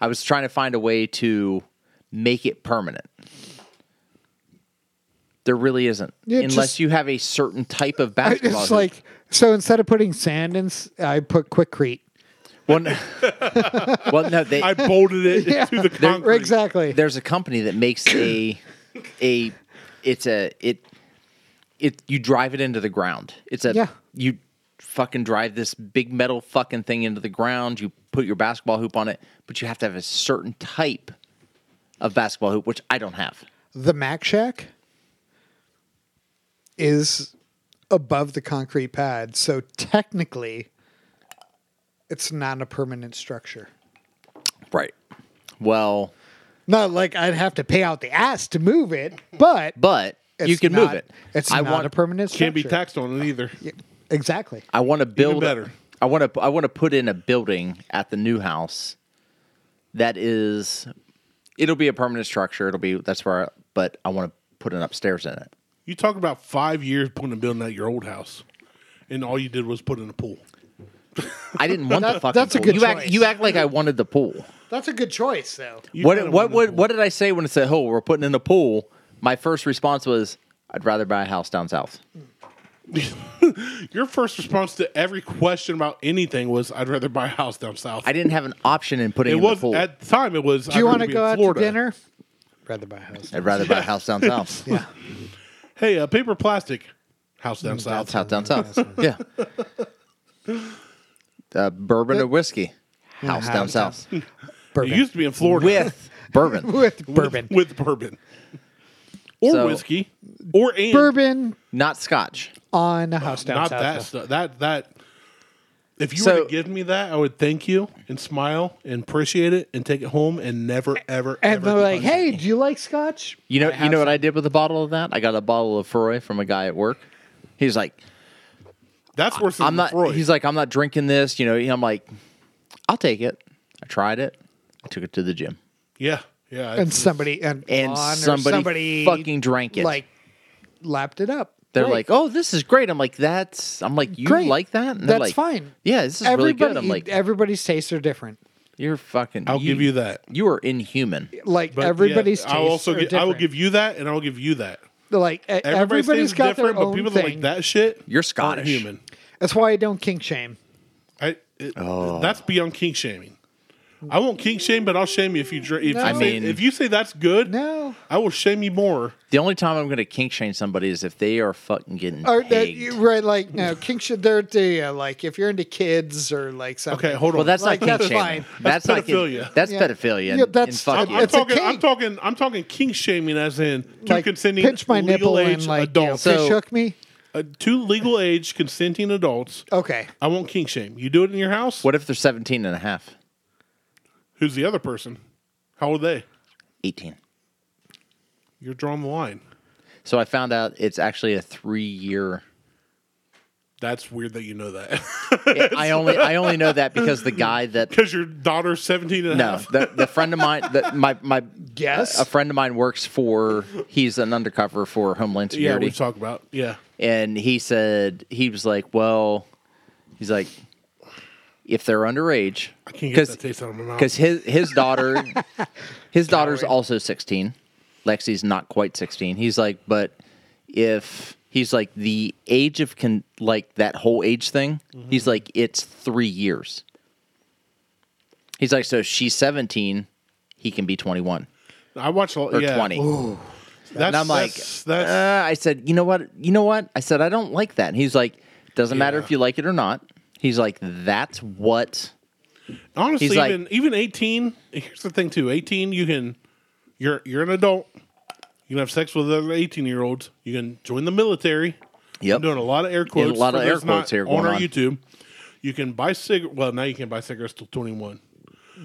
C: I was trying to find a way to make it permanent. There really isn't.
B: Yeah,
C: Unless
B: just-
C: you have a certain type of basketball.
B: It's
C: hoop.
B: like so instead of putting sand in, s- I put quickcrete.
C: well, no, well, no, they,
E: I bolted it to the concrete.
B: Exactly.
C: there's a company that makes a a it's a it it you drive it into the ground. It's a
B: Yeah.
C: you fucking drive this big metal fucking thing into the ground. You put your basketball hoop on it, but you have to have a certain type of basketball hoop, which I don't have.
B: The Mac Shack is above the concrete pad, so technically, it's not a permanent structure.
C: Right. Well,
B: Not like I'd have to pay out the ass to move it, but
C: but
B: it's
C: you can
B: not-
C: move it.
B: It's
C: I
B: not
C: want
B: a permanent structure.
E: Can't be taxed on it either.
B: Exactly.
C: I want to build
E: better.
C: I want to I want to put in a building at the new house that is it'll be a permanent structure. It'll be that's where I, but I want to put an upstairs in it.
E: You talk about five years putting a building at your old house, and all you did was put in a pool.
C: I didn't want the
B: That-
C: fucking
B: that's a
C: pool.
B: good
C: you act
B: choice.
C: you act like I wanted the pool.
B: That's a good choice, though.
E: You
C: what
E: kinda
C: what
E: wanted
C: what,
E: a pool.
C: what did I say when it said, "Oh, we're putting in a pool?" My first response was, "I'd rather buy a house down south."
E: Your first response to every question about anything was, "I'd rather buy a house down south."
C: I didn't have an option in putting
E: it
C: in
E: was
C: the pool.
E: at the time. It was.
B: Do you want to go out
E: Florida.
B: to dinner? Rather buy a house.
C: I'd rather buy a house down south.
B: Yeah.
E: Hey, uh, paper plastic house down
C: Down
E: south.
C: south, down south. yeah. Uh, bourbon or whiskey? House
B: house
C: down
B: down
C: south.
E: It
B: Bourbon.
E: used to be in Florida
C: With bourbon.
B: with bourbon.
E: with bourbon or
C: So-
E: whiskey or and
B: bourbon
C: Not scotch.
B: on a house down
E: not
B: south.
E: that
B: though.
E: stuff. That that. If you
C: So-
E: were to give me that, I would thank you and smile and appreciate it and take it home and never ever.
B: And
E: ever
B: they're like,
E: touch it.
B: "Hey, do you like scotch?"
C: You know,
B: I
C: you know what
B: have
C: I did with a bottle of that? I got a bottle of Froy from a guy at work. He's like,
E: that's worse than
C: I'm not.
E: Lefroy.
C: He's like, I'm not drinking this. You know, I'm like, I'll take it. I tried it. I took it to the gym,
E: yeah, yeah.
B: and
E: it's-
B: somebody and,
C: and
B: Lon or
C: somebody,
B: somebody
C: fucking drank it.
B: like lapped it up.
C: they're
B: Great.
C: like, oh, this is great. I'm like, that's. I'm like, you
B: Great.
C: like that? And they're
B: That's
C: like,
B: fine.
C: Yeah, this is really
B: everybody,
C: good. I'm like,
B: everybody's tastes are different.
C: you're fucking.
E: I'll give you that.
C: You are inhuman.
B: Like
E: But
B: everybody's
E: yeah,
B: tastes
E: I'll also
B: are
E: gi-
B: different.
E: I will give you that, and I'll give you that.
B: like e-
E: Everybody's,
B: everybody's got their
E: different,
B: own
E: but people
B: thing.
E: that like that shit.
C: You're
E: aren't
C: Scottish.
E: human.
B: That's why I don't kink shame.
E: I, it,
C: Oh.
E: That's beyond kink shaming. I won't kink shame, but I'll shame you if you drink. If,
B: No.
E: you
B: I
E: say-
C: mean-
E: if you say that's good,
B: No.
E: I will shame you more.
C: The only time I'm going to kink shame somebody is if they are fucking getting.
B: Or that
C: pegged.
B: you right like no kink shame. They're the, uh, like if you're into kids or like something.
E: Okay, hold on.
C: Well, that's
B: Like,
C: not kink
B: that's
C: shaming.
B: fine.
C: That's, not kink-
E: pedophilia.
C: That's
B: Yeah.
C: pedophilia.
B: Yeah,
C: and-
B: that's-
C: and fuck
B: I'm-
C: you.
E: I'm
B: it's a
E: talking. I'm
B: kink.
E: talking. I'm talking kink shaming, as in two
B: Like,
E: consenting
B: pinch my
E: legal
B: nipple
E: age
B: and like you know,
E: adults.
C: So-
B: fish hook me.
E: Uh, two legal age consenting adults.
B: Okay,
E: I won't kink shame. You do it in your house.
C: What if they're 17 and a half?
E: Who's the other person? How old are they?
C: 18.
E: You're drawing the line.
C: So I found out it's actually a three year.
E: That's weird that you know that
C: I only I only know that because the guy that
E: because your daughter's 17 and a
C: no
E: half.
C: the, the friend of mine that my my
B: Yes.
C: a friend of mine works for he's an undercover for Homeland
E: Yeah,
C: Security
E: we talk about. Yeah,
C: and he said he was like well he's like if they're underage,
E: I can't get
C: because
E: that taste out of my mouth.
C: because his his daughter his daughter's also 16 lexi's not quite 16 he's like but if he's like the age of con like that whole age thing
E: Mm-hmm.
C: he's like it's three years he's like so if she's 17 he can be 21
E: I watch a lot.
C: or
E: yeah.
C: 20
E: That's,
C: and i'm like
E: that's, that's-
C: uh, i said you know what you know what i said i don't like that and he's like doesn't matter
E: Yeah.
C: if you like it or not he's like that's what
E: honestly
C: he's like-
E: even even eighteen. Here's the thing too. Eighteen, you can you're you're an adult. You can have sex with other eighteen year olds. You can join the military.
C: Yep.
E: I'm doing a lot of air quotes.
C: lot
E: for
C: of air
E: those not
C: quotes here
E: on
C: going
E: our
C: on.
E: YouTube. You can buy cig. Well, now you can buy cigarettes till twenty one.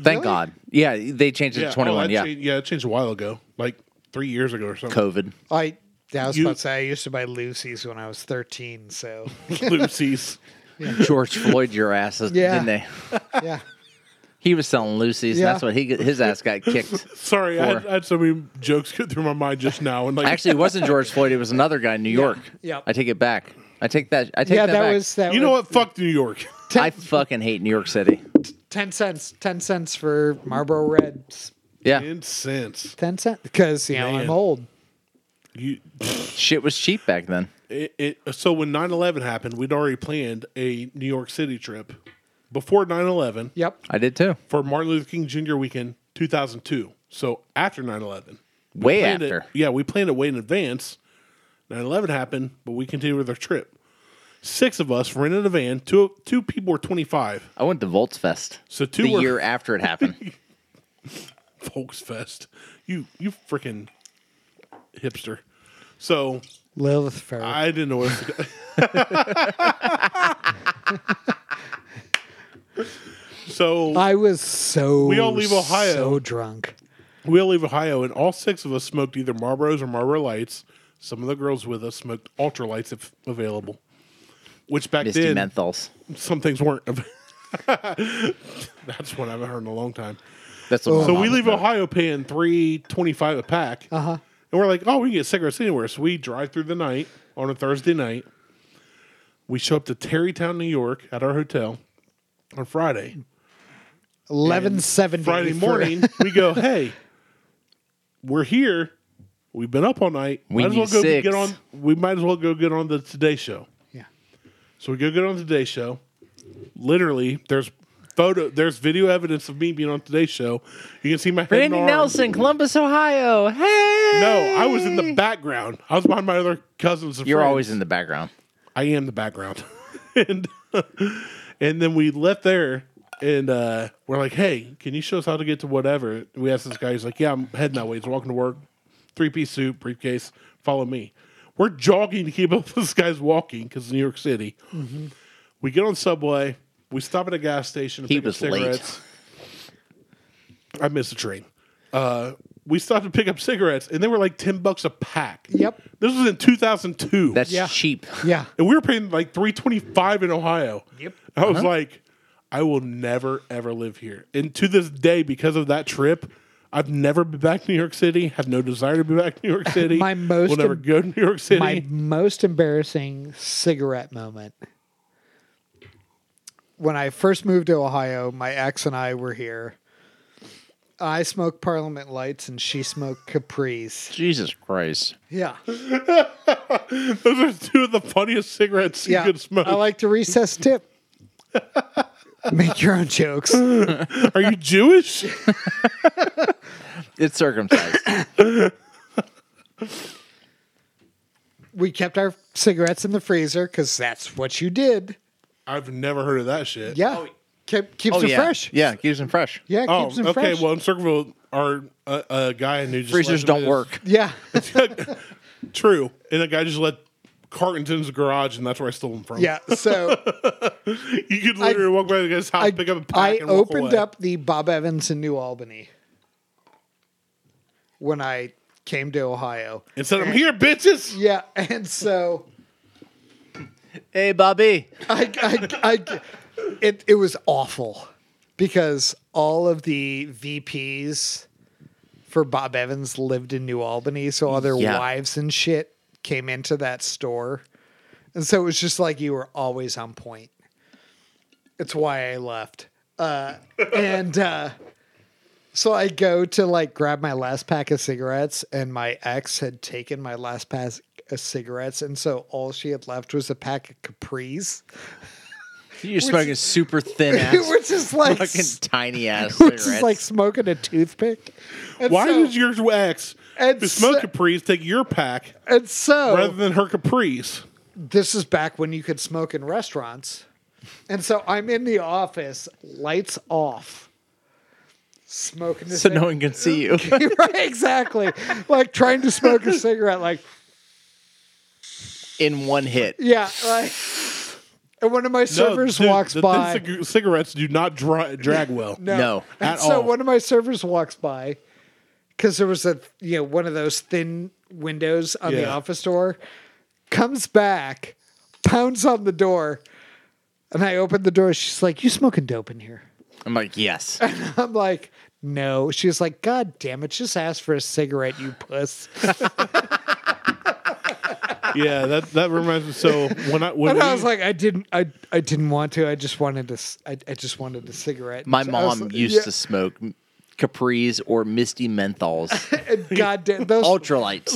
C: thank god yeah they changed it to 21 yeah
E: Oh, Changed, yeah, it changed a while ago, like three years ago or something.
C: covid
B: I, I was
E: You-
B: about to say, I used to buy Lucy's when I was 13, so.
E: Lucy's.
C: George Floyd your ass,
B: Yeah.
C: didn't they?
B: Yeah.
C: He was selling Lucy's.
B: Yeah.
C: And that's what he his ass got kicked.
E: Sorry, I had,
C: Four.
E: I had so many jokes go through my mind just now, and like
C: Actually, it wasn't George Floyd. It was another guy in New York.
B: Yep.
C: I take it back. I take that. I take
B: Yeah,
C: that,
B: that
C: back.
B: was that.
E: you know
B: was
E: what? Fuck New York.
C: I fucking hate New York City.
B: Ten cents. Ten cents for Marlboro Reds.
C: Yeah,
E: Incense.
B: Ten cents because you know
E: Man.
B: I'm old.
E: You.
C: shit was cheap back then.
E: It, it, so when 9-11 happened, we'd already planned a New York City trip before 9-11
B: Yep.
C: I did too.
E: for Martin Luther King Jr. weekend 2002. So after 9-11. We
C: Way
E: planned it-
C: after.
E: yeah, we planned it way in advance. 9-11 happened, but we continued with our trip. Six of us rented a van. Two two people were 25.
C: I went to Volksfest
E: So two
C: the
E: were
C: year after it happened.
E: Volksfest. You, you freaking hipster. So
B: Lilith Fair.
E: I didn't know where to go. so
B: I was so
E: We all leave Ohio.
B: so drunk.
E: we'll leave Ohio, and all six of us smoked either Marlboros or Marlboro Lights. Some of the girls with us smoked Ultralights if available, which back
C: Misty
E: then
C: menthols.
E: some things weren't. av- That's one I haven't heard in a long time.
C: That's what
E: So we leave Ohio paying three twenty five a pack, uh-huh. and we're like, oh, we can get cigarettes anywhere. So we drive through the night on a Thursday night. We show up to Tarrytown, New York, at our hotel on Friday.
B: Eleven seventy
E: Friday morning, we go, hey, we're here. We've been up all night.
C: We
E: might as well
C: need
E: go
C: six.
E: get on. We might as well go get on the Today Show.
B: Yeah.
E: So we go get on the Today Show. Literally, there's photo, there's video evidence of me being on Today Show. You can see my head and
C: Randy
E: arm.
C: Nelson, Columbus, Ohio. Hey.
E: No, I was in the background. I was behind my other cousins. And
C: You're
E: friends.
C: always in the background.
E: I am the background. and and then we left there and uh, we're like, hey, can you show us how to get to whatever? We asked this guy, he's like, yeah, I'm heading that way. He's walking to work, three piece suit, briefcase, follow me. We're jogging to keep up with this guy's walking because New York City.
C: Mm-hmm.
E: We get on subway, we stop at a gas station to
C: He
E: pick
C: was
E: up
C: late.
E: cigarettes. I missed the train. Uh, we stopped to pick up cigarettes and they were like 10 bucks a pack.
B: Yep.
E: This was in 2002.
C: That's
B: Yeah.
C: cheap.
B: Yeah.
E: And we were paying like three twenty five in Ohio.
B: Yep.
E: I was
B: Uh-huh.
E: like, I will never ever live here. And to this day, because of that trip, I've never been back to New York City. Have no desire to be back to New York City.
B: My most
E: will never
B: em-
E: go to New York City.
B: My most embarrassing cigarette moment. When I first moved to Ohio, my ex and I were here. I smoked Parliament Lights and she smoked Capris.
C: Jesus Christ.
B: Yeah.
E: Those are two of the funniest cigarettes
B: Yeah. Oh,
E: you could smoke.
B: I like to recess tip. Make your own jokes.
E: are you Jewish?
C: It's circumcised.
B: We kept our cigarettes in the freezer because that's what you did.
E: I've never heard of that shit.
B: Oh, Yeah. Kept, keeps
C: Oh,
B: them
C: yeah.
B: fresh.
C: Yeah, keeps them fresh.
B: Yeah,
E: Oh,
B: keeps them
E: okay.
B: fresh.
E: Well, in Circleville, our uh, a guy who just
C: Freezers
E: let him
C: don't
E: in his-
C: work.
B: yeah.
E: True, and a guy just let cartons in his garage, and that's where I stole them from.
B: yeah. So
E: You could literally walk by the guy's house,
B: I,
E: pick up a pack,
B: I
E: and walk
B: opened
E: away.
B: up the Bob Evans in New Albany when I came to Ohio.
E: and said, "I'm here, bitches."
B: Yeah. And so
C: Hey, Bobby.
B: I, I, I, it, it was awful because all of the VPs for Bob Evans lived in New Albany, so all their
C: Yeah.
B: wives and shit came into that store, and so it was just like you were always on point. It's why I left. Uh, and uh, so I go to like grab my last pack of cigarettes, and my ex had taken my last pack of cigarettes, and so all she had left was a pack of Capris,
C: You're smoking super thin ass,
B: which is like
C: fucking tiny ass
B: which
C: cigarettes.
B: is like smoking a toothpick. And
E: Why
B: so-
E: did your ex
B: and Oh.
E: who smoked
B: so-
E: capris take your pack
B: And so
E: rather than her capris?
B: this is back when you could smoke in restaurants. And so I'm in the office, lights off, smoking this.
C: so no one can see you.
B: right, exactly. Like trying to smoke a cigarette, like,
C: in one hit.
B: yeah, like. And one of my servers
E: dude,
B: walks
E: the thin
B: by.
E: cig- cigarettes do not dry, drag well.
C: No.
B: And
E: At
B: so
E: all.
B: one of my servers walks by because there was a you know one of those thin windows on the
E: Yeah.
B: office door. Comes back, pounds on the door, and I open the door. She's like, "You smoking dope in here?"
C: I'm like, yes.
B: I'm like, "No." She's like, "God damn it! Just ask for a cigarette, you puss."
E: yeah, that that reminds me. So when I when
B: And I
E: we-
B: was like, "I didn't. I I didn't want to. I just wanted to. s- I, I just wanted a cigarette."
C: My
B: So I was
C: mom
B: like,
C: used
B: yeah,
C: to smoke Capris or Misty Menthols,
B: and God damn those.
C: Ultralights.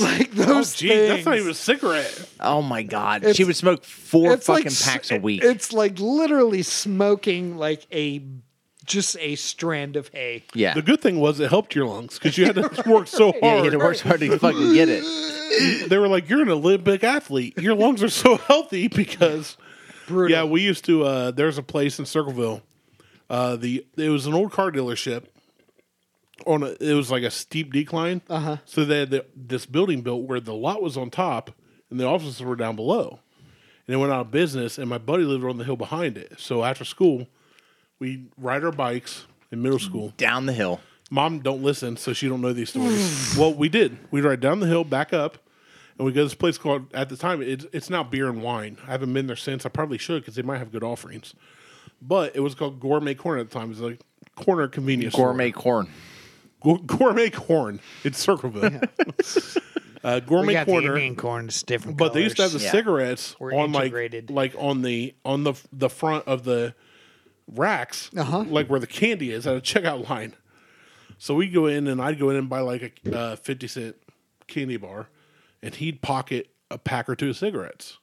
B: like those
E: oh geez, that's not
B: things.
E: even a cigarette.
C: Oh my god, she
B: It's-
C: would smoke four fucking
B: s-
C: packs a week.
B: It's like literally smoking like a just a strand of hay.
C: yeah,
E: The good thing was it helped your lungs because you had to work so hard.
C: yeah, you had to work so hard to fucking get it.
E: They were like, "You're an Olympic athlete. Your lungs are so healthy because."
B: Brutal.
E: Yeah, we used to. Uh, there's a place in Circleville. Uh, the it was an old car dealership. On a, it was like a steep decline. Uh-huh. So they had the, this building built where the lot was on top and the offices were down below. And it went out of business. And my buddy lived on the hill behind it. So after school, we ride our bikes in middle school.
C: Down the hill.
E: Mom don't listen, so she don't know these stories. well, we did. We ride down the hill, back up, and we go to this place called. At the time, it's it's now beer and wine. I haven't been there since. I probably should because they might have good offerings. But it was called Gourmet Corn at the time. It was like corner convenience store.
C: Gourmet corn.
E: Gour- gourmet corn. It's Circleville. uh, gourmet
B: we got the
E: corner.
B: Indian corn, it's different.
E: But they used to have
B: colors.
E: the
C: Yeah.
E: cigarettes
B: Were
E: on like
B: integrated.
E: like on the on the the front of the racks,
B: Uh-huh.
E: like where the candy is at a checkout line. So we go in and I'd go in and buy like a uh, fifty cent candy bar, and he'd pocket a pack or two of cigarettes.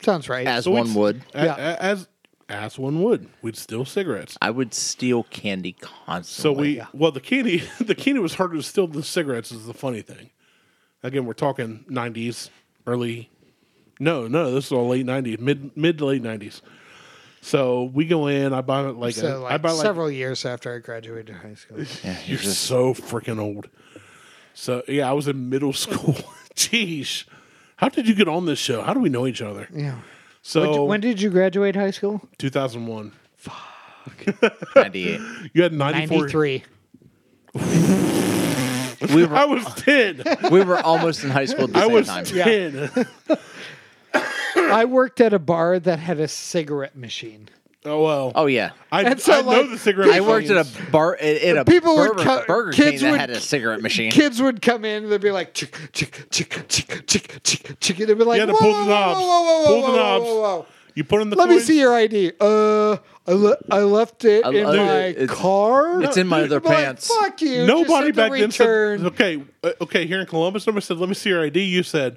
B: sounds right.
C: As
E: So we'd
C: one
E: s-
C: would,
E: a-
B: Yeah.
E: a- as as one would. We'd steal cigarettes.
C: I would steal candy
E: So
C: constantly.
E: we well the candy the candy was harder to steal than the cigarettes is the funny thing. Again, we're talking nineties, early no, no, this is all late nineties, mid mid to late nineties. So we go in, I buy like, a,
B: so like
E: I buy like
B: several years after I graduated high school.
C: Yeah, you're
E: you're
C: just-
E: so freaking old. So yeah, I was in middle school. Jeez. How did you get on this show? How do we know each other?
B: yeah. When did-
E: So
B: when did you graduate high school?
E: 2001.
C: 98.
E: You had 94.
B: Ninety three.
C: We
E: I
C: were
E: was 10.
C: we were almost in high school at the
E: I
C: same
E: was
C: time.
E: 10.
B: I worked at a bar that had a cigarette machine.
E: Oh well.
C: Oh yeah.
E: I,
B: And so,
E: I know
B: like,
E: the cigarette.
C: I worked at
E: machines.
C: a bar in in a
B: People would
C: burger,
B: co-
C: burger
B: kids
C: chain that
B: would-
C: had a cigarette machine.
B: Kids would come in and they'd be like, chick, chick, chick, chick, chick, chick, chick. They'd be
E: You
B: like,
E: had to
B: whoa,
E: pull
B: whoa,
E: the
B: whoa,
E: knobs.
B: whoa, whoa, whoa,
E: Pull the
B: whoa, whoa,
E: knobs.
B: whoa, whoa.
E: You put in the.
B: Let me
E: coins.
B: see your ID. Uh, I, le- I left it
C: I-
B: in
C: I-
B: my
C: it's-
B: car.
C: it's in my
B: I'm
C: other
B: like,
C: pants.
B: Fuck you. just
E: Nobody
B: hit the
E: back then
B: return.
E: said. Okay, uh, okay. Here in Columbus, somebody said, "Let me see your ID." You said,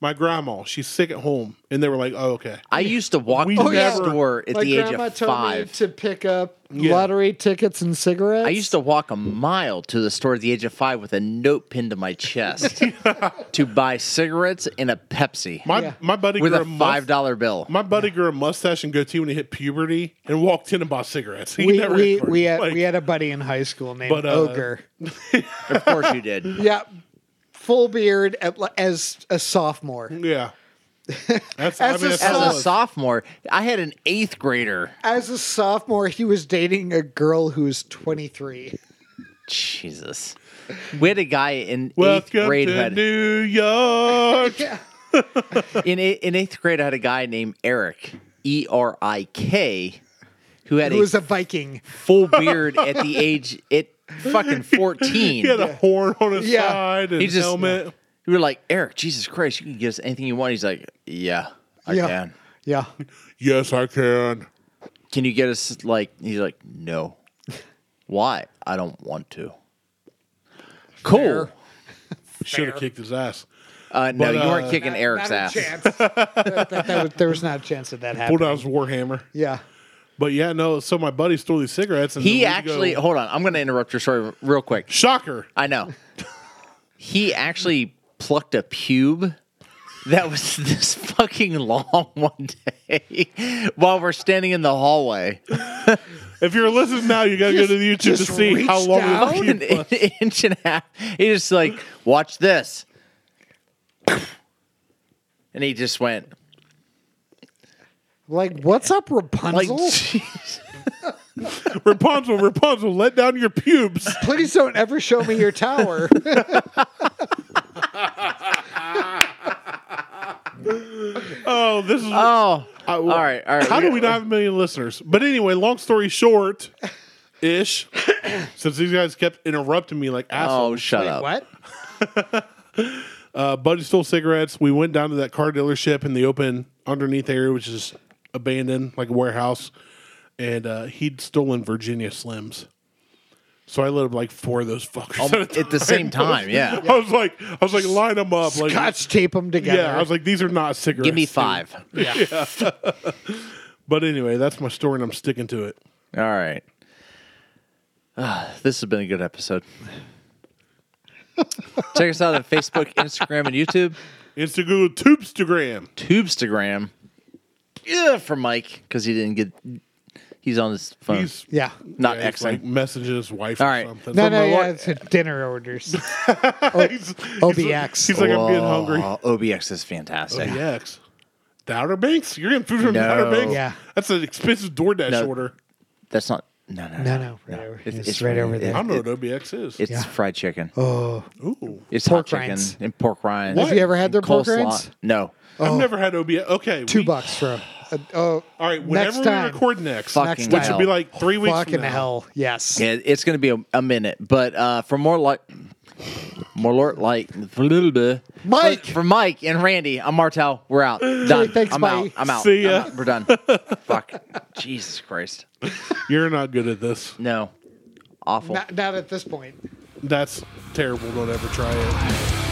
E: "My grandma, she's sick at home," and they were like, "Oh, okay."
C: I used to walk
E: We
C: to
E: Oh, yeah.
C: the store at
B: my
C: the age
B: grandma
C: of
B: told
C: five.
B: me to pick up
E: Yeah.
B: lottery tickets and cigarettes.
C: I used to walk a mile to the store at the age of five with a note pinned to my chest to buy cigarettes and a Pepsi
E: My
B: Yeah.
E: my buddy
C: with
E: grew
C: a
E: a mus-
C: five dollar bill.
E: My buddy grew a mustache and goatee when he hit puberty and walked in and bought cigarettes. He
B: We,
E: never
B: we,
E: ignored
B: we,
E: it.
B: had,
E: Like,
B: we uh, had a buddy in high school named
E: But, uh,
B: Ogre.
C: Of course you did.
B: Yeah. Full beard at, as a sophomore.
E: yeah. That's
B: As
E: I
B: a
E: mean, that's
C: As
E: all
C: a
E: it was.
C: sophomore, I had an eighth grader.
B: As a sophomore, he was dating a girl who's 23.
C: Jesus. We had a guy in eighth
E: Welcome
C: grade who
E: to
C: had
E: New York.
B: Yeah.
C: in eight, in eighth grade, I had a guy named Eric E R I K, who had
B: Who
C: a
B: was a Viking.
C: full beard at the age at fucking fourteen.
E: He had a horn on his
B: Yeah.
E: side and
C: He just-
E: helmet.
C: we were like, Eric, Jesus Christ, you can give us anything you want. He's like, Yeah, I
B: Yeah.
C: can.
B: Yeah.
E: Yes, I can.
C: can you get us like he's like no why i don't want to cool
E: Should have kicked his ass.
C: Uh, no
E: But,
C: you weren't
E: uh,
C: kicking
B: Not-
C: eric's
B: not a
C: ass
B: chance. That- that- that was- there was not a chance that that
E: Pulled out
B: happened.
E: his warhammer.
B: Yeah. but
E: But yeah, no. So my buddy stole these cigarettes, and
C: he
E: we go-
C: actually hold on i'm gonna interrupt your story real quick
E: shocker.
C: i know he actually plucked a pube that was this fucking long one day while we're standing in the hallway
E: If you're listening now, you gotta go to the YouTube to
B: just
E: see how
B: reached
E: long.
B: out.
E: it
C: an
E: Oh, was.
C: in- inch and a half. He just like, watch this. And he just went,
B: Like, what's up,
C: like,
B: Rapunzel?
C: "Jeez."
E: Rapunzel, Rapunzel, let down your pubes.
B: Please don't ever show me your tower.
E: Oh, this is.
C: oh,
E: I-
C: all right, all
E: Uh,
C: right.
E: How
C: we
E: do
C: got-
E: we not have a million listeners? But anyway, long story short, ish. since these guys kept interrupting me like
C: Oh,
E: assholes.
C: shut up.
B: what?
E: Uh, Buddy stole cigarettes. We went down to that car dealership in the open underneath area, which is abandoned, like a warehouse. And uh, he'd stolen Virginia Slims. So I lit up like four of those fuckers at, a time.
C: Um, At the same time, yeah.
E: I was like, I was like, line them up, like,
B: Scotch tape them together.
E: yeah. I was like, these are not cigarettes.
C: Give me
E: dude.
C: five.
E: But anyway, that's my story, and I'm sticking to it.
C: All right. Ah, this has been a good episode. Check us out on Facebook, Instagram, and YouTube.
E: Instagram, Tubestagram.
C: Tubestagram. Yeah, for Mike, because he didn't get, he's on his phone.
E: He's
B: yeah.
C: not
E: yeah, he's,
C: Xing.
E: like messaging his wife
C: All
E: or
C: right.
E: something.
B: No,
E: So
B: no,
E: my
B: yeah,
E: wife-
B: it's dinner orders.
E: he's,
B: OBX.
E: He's like, he's like, I'm getting
C: Whoa,
E: hungry.
C: OBX is fantastic.
E: OBX. Oh, The Outer Banks? You're getting food from the
C: No.
E: Outer Banks?
B: Yeah.
E: That's an expensive DoorDash
C: No.
E: order.
C: That's not. No, no,
B: No, no, right over- it's right over
C: it-
E: I
B: there.
E: don't know
C: it-
E: what OBX is.
C: it's
B: Yeah.
C: fried chicken.
B: oh,
E: Ooh.
C: it's
B: pork
C: hot chicken
B: rinds.
C: and pork rinds.
E: What?
B: have you ever had their
C: And
B: pork
C: coleslaw.
B: rinds?
C: No.
E: I've never had OBX. Okay.
B: oh. Two
E: we-
B: bucks, bro. Uh, oh,
E: All right.
B: Next
E: Whenever
B: time.
E: we record next,
C: Fucking
E: which
C: hell.
E: will be like three weeks
B: fucking
E: from now,
B: hell! Yes.
C: Yeah, it's going to be a, a minute, but uh, for more like. More Lord, like
B: Mike!
C: for, for Mike and Randy. I'm Martel. We're out. Done.
B: thanks,
C: I'm out.
B: bye.
C: I'm out.
E: See
C: I'm
E: ya.
C: out. We're done. Fuck. Jesus Christ.
E: You're not good at this.
C: No. Awful.
B: Not, not at this point.
E: That's terrible. Don't ever try it.